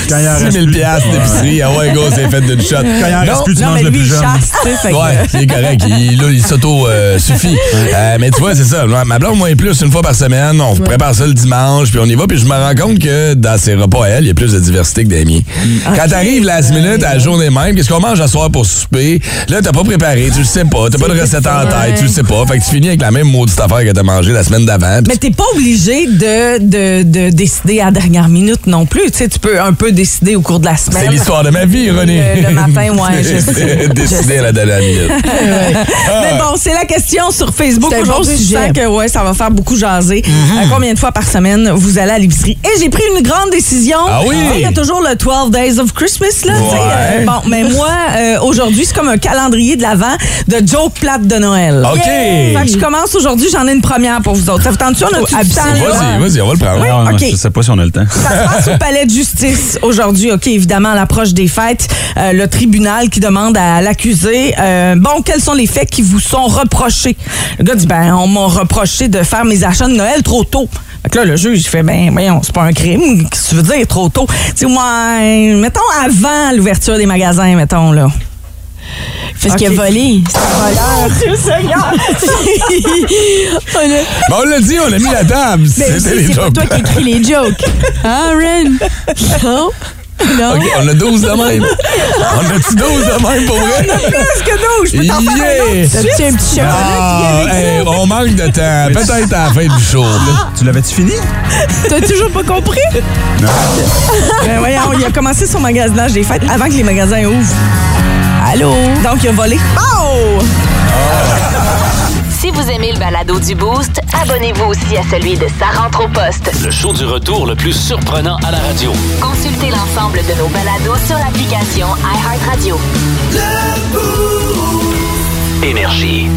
[SPEAKER 7] Quand il en
[SPEAKER 3] 6
[SPEAKER 7] reste
[SPEAKER 3] 000 piastres d'épicerie. Ah ouais, go, c'est fait d'une shot.
[SPEAKER 7] Quand il en reste plus, tu manges le plus jeune.
[SPEAKER 3] Ouais, c'est correct. Il, là, il s'auto-suffit. Euh, mais tu vois, c'est ça. Ma ma blonde, moi, est plus une fois par semaine. On prépare ça le dimanche, puis on y va. Puis je me rends compte que dans ses repas, à elle, il y a plus de diversité que des miens.
[SPEAKER 12] Mm.
[SPEAKER 3] Quand t'arrives la
[SPEAKER 12] Ben
[SPEAKER 3] minute à la journée même, qu'est-ce qu'on mange à soir pour souper? Là, t'as pas préparé, tu le sais pas. T'as pas de recette en tête, tu le sais pas. Fait que tu finis avec la même maudite affaire que t'as mangé la semaine d'avant. Puis
[SPEAKER 12] Mais t'es pas obligé de, de, de décider à la dernière minute non plus. Tu sais, tu peux un peu décider au cours de la semaine.
[SPEAKER 3] C'est l'histoire de ma vie, René.
[SPEAKER 12] Le, le matin, ouais, je sais.
[SPEAKER 3] Décidé à la dernière minute. Ah.
[SPEAKER 12] Mais bon, c'est la question sur Facebook
[SPEAKER 6] C'est un bon
[SPEAKER 12] aujourd'hui. Je
[SPEAKER 6] sujet.
[SPEAKER 12] sens que ouais, ça va faire beaucoup jaser.
[SPEAKER 3] Mm-hmm.
[SPEAKER 12] Euh, combien de fois par semaine vous allez à l'épicerie? Et j'ai pris une grande décision.
[SPEAKER 3] Ah oui?
[SPEAKER 12] Tu sais, Il y a toujours le 12 Days of Christmas. Là, tu sais,
[SPEAKER 3] Ouais.
[SPEAKER 12] euh, bon, mais moi, euh, aujourd'hui, c'est comme un calendrier de l'avant de joke plate de Noël.
[SPEAKER 3] OK.
[SPEAKER 12] Fait que je commence aujourd'hui, j'en ai une première pour vous autres. Ça vous tente-tu? On a tout du temps, là?
[SPEAKER 3] Oh, Vas-y, vas-y, on va le prendre.
[SPEAKER 12] Oui, Ah, ouais, ok.
[SPEAKER 7] Je sais pas si on a le temps.
[SPEAKER 12] Ça se passe au palais de justice aujourd'hui. OK, évidemment, à l'approche des fêtes, euh, le tribunal qui demande à l'accusé euh, Bon, quels sont les faits qui vous sont reprochés Le gars dit Ben, on m'a reproché de faire mes achats de Noël trop tôt. Fait que là, le juge, il fait Ben, voyons, c'est pas un crime. Qu'est-ce que tu veux dire trop tôt Tu sais, ouais, mettons avant l'ouverture des magasins, mettons, là.
[SPEAKER 6] Parce qu'il a volé. C'est
[SPEAKER 12] un voleur.
[SPEAKER 3] Ben, on l'a dit, on a mis la table.
[SPEAKER 6] Ben,
[SPEAKER 3] C'était
[SPEAKER 6] c'est
[SPEAKER 3] les
[SPEAKER 6] pas
[SPEAKER 3] jokes.
[SPEAKER 6] toi qui écris les jokes. Hein, Ren? Non? Non?
[SPEAKER 3] OK, on a 12 de même. on a-tu 12 de même pour vrai?
[SPEAKER 12] On a plus que 12. Je peux t'en faire un
[SPEAKER 3] Yeah!
[SPEAKER 12] autre tout de suite.
[SPEAKER 6] un petit
[SPEAKER 3] Ah, hey, on manque de temps. Peut-être à la fin du show.
[SPEAKER 7] Tu l'avais-tu fini?
[SPEAKER 12] T'as toujours pas compris? Ben voyons, il a commencé son magasinage des fêtes avant que les magasins ouvrent. Allô? Donc, il a volé. Oh!
[SPEAKER 15] Si vous aimez le balado du Boost, abonnez-vous aussi à celui de Sa rentre au poste.
[SPEAKER 10] Le show du retour le plus surprenant à la radio.
[SPEAKER 15] Consultez l'ensemble de nos balados sur l'application iHeartRadio.
[SPEAKER 10] Énergie.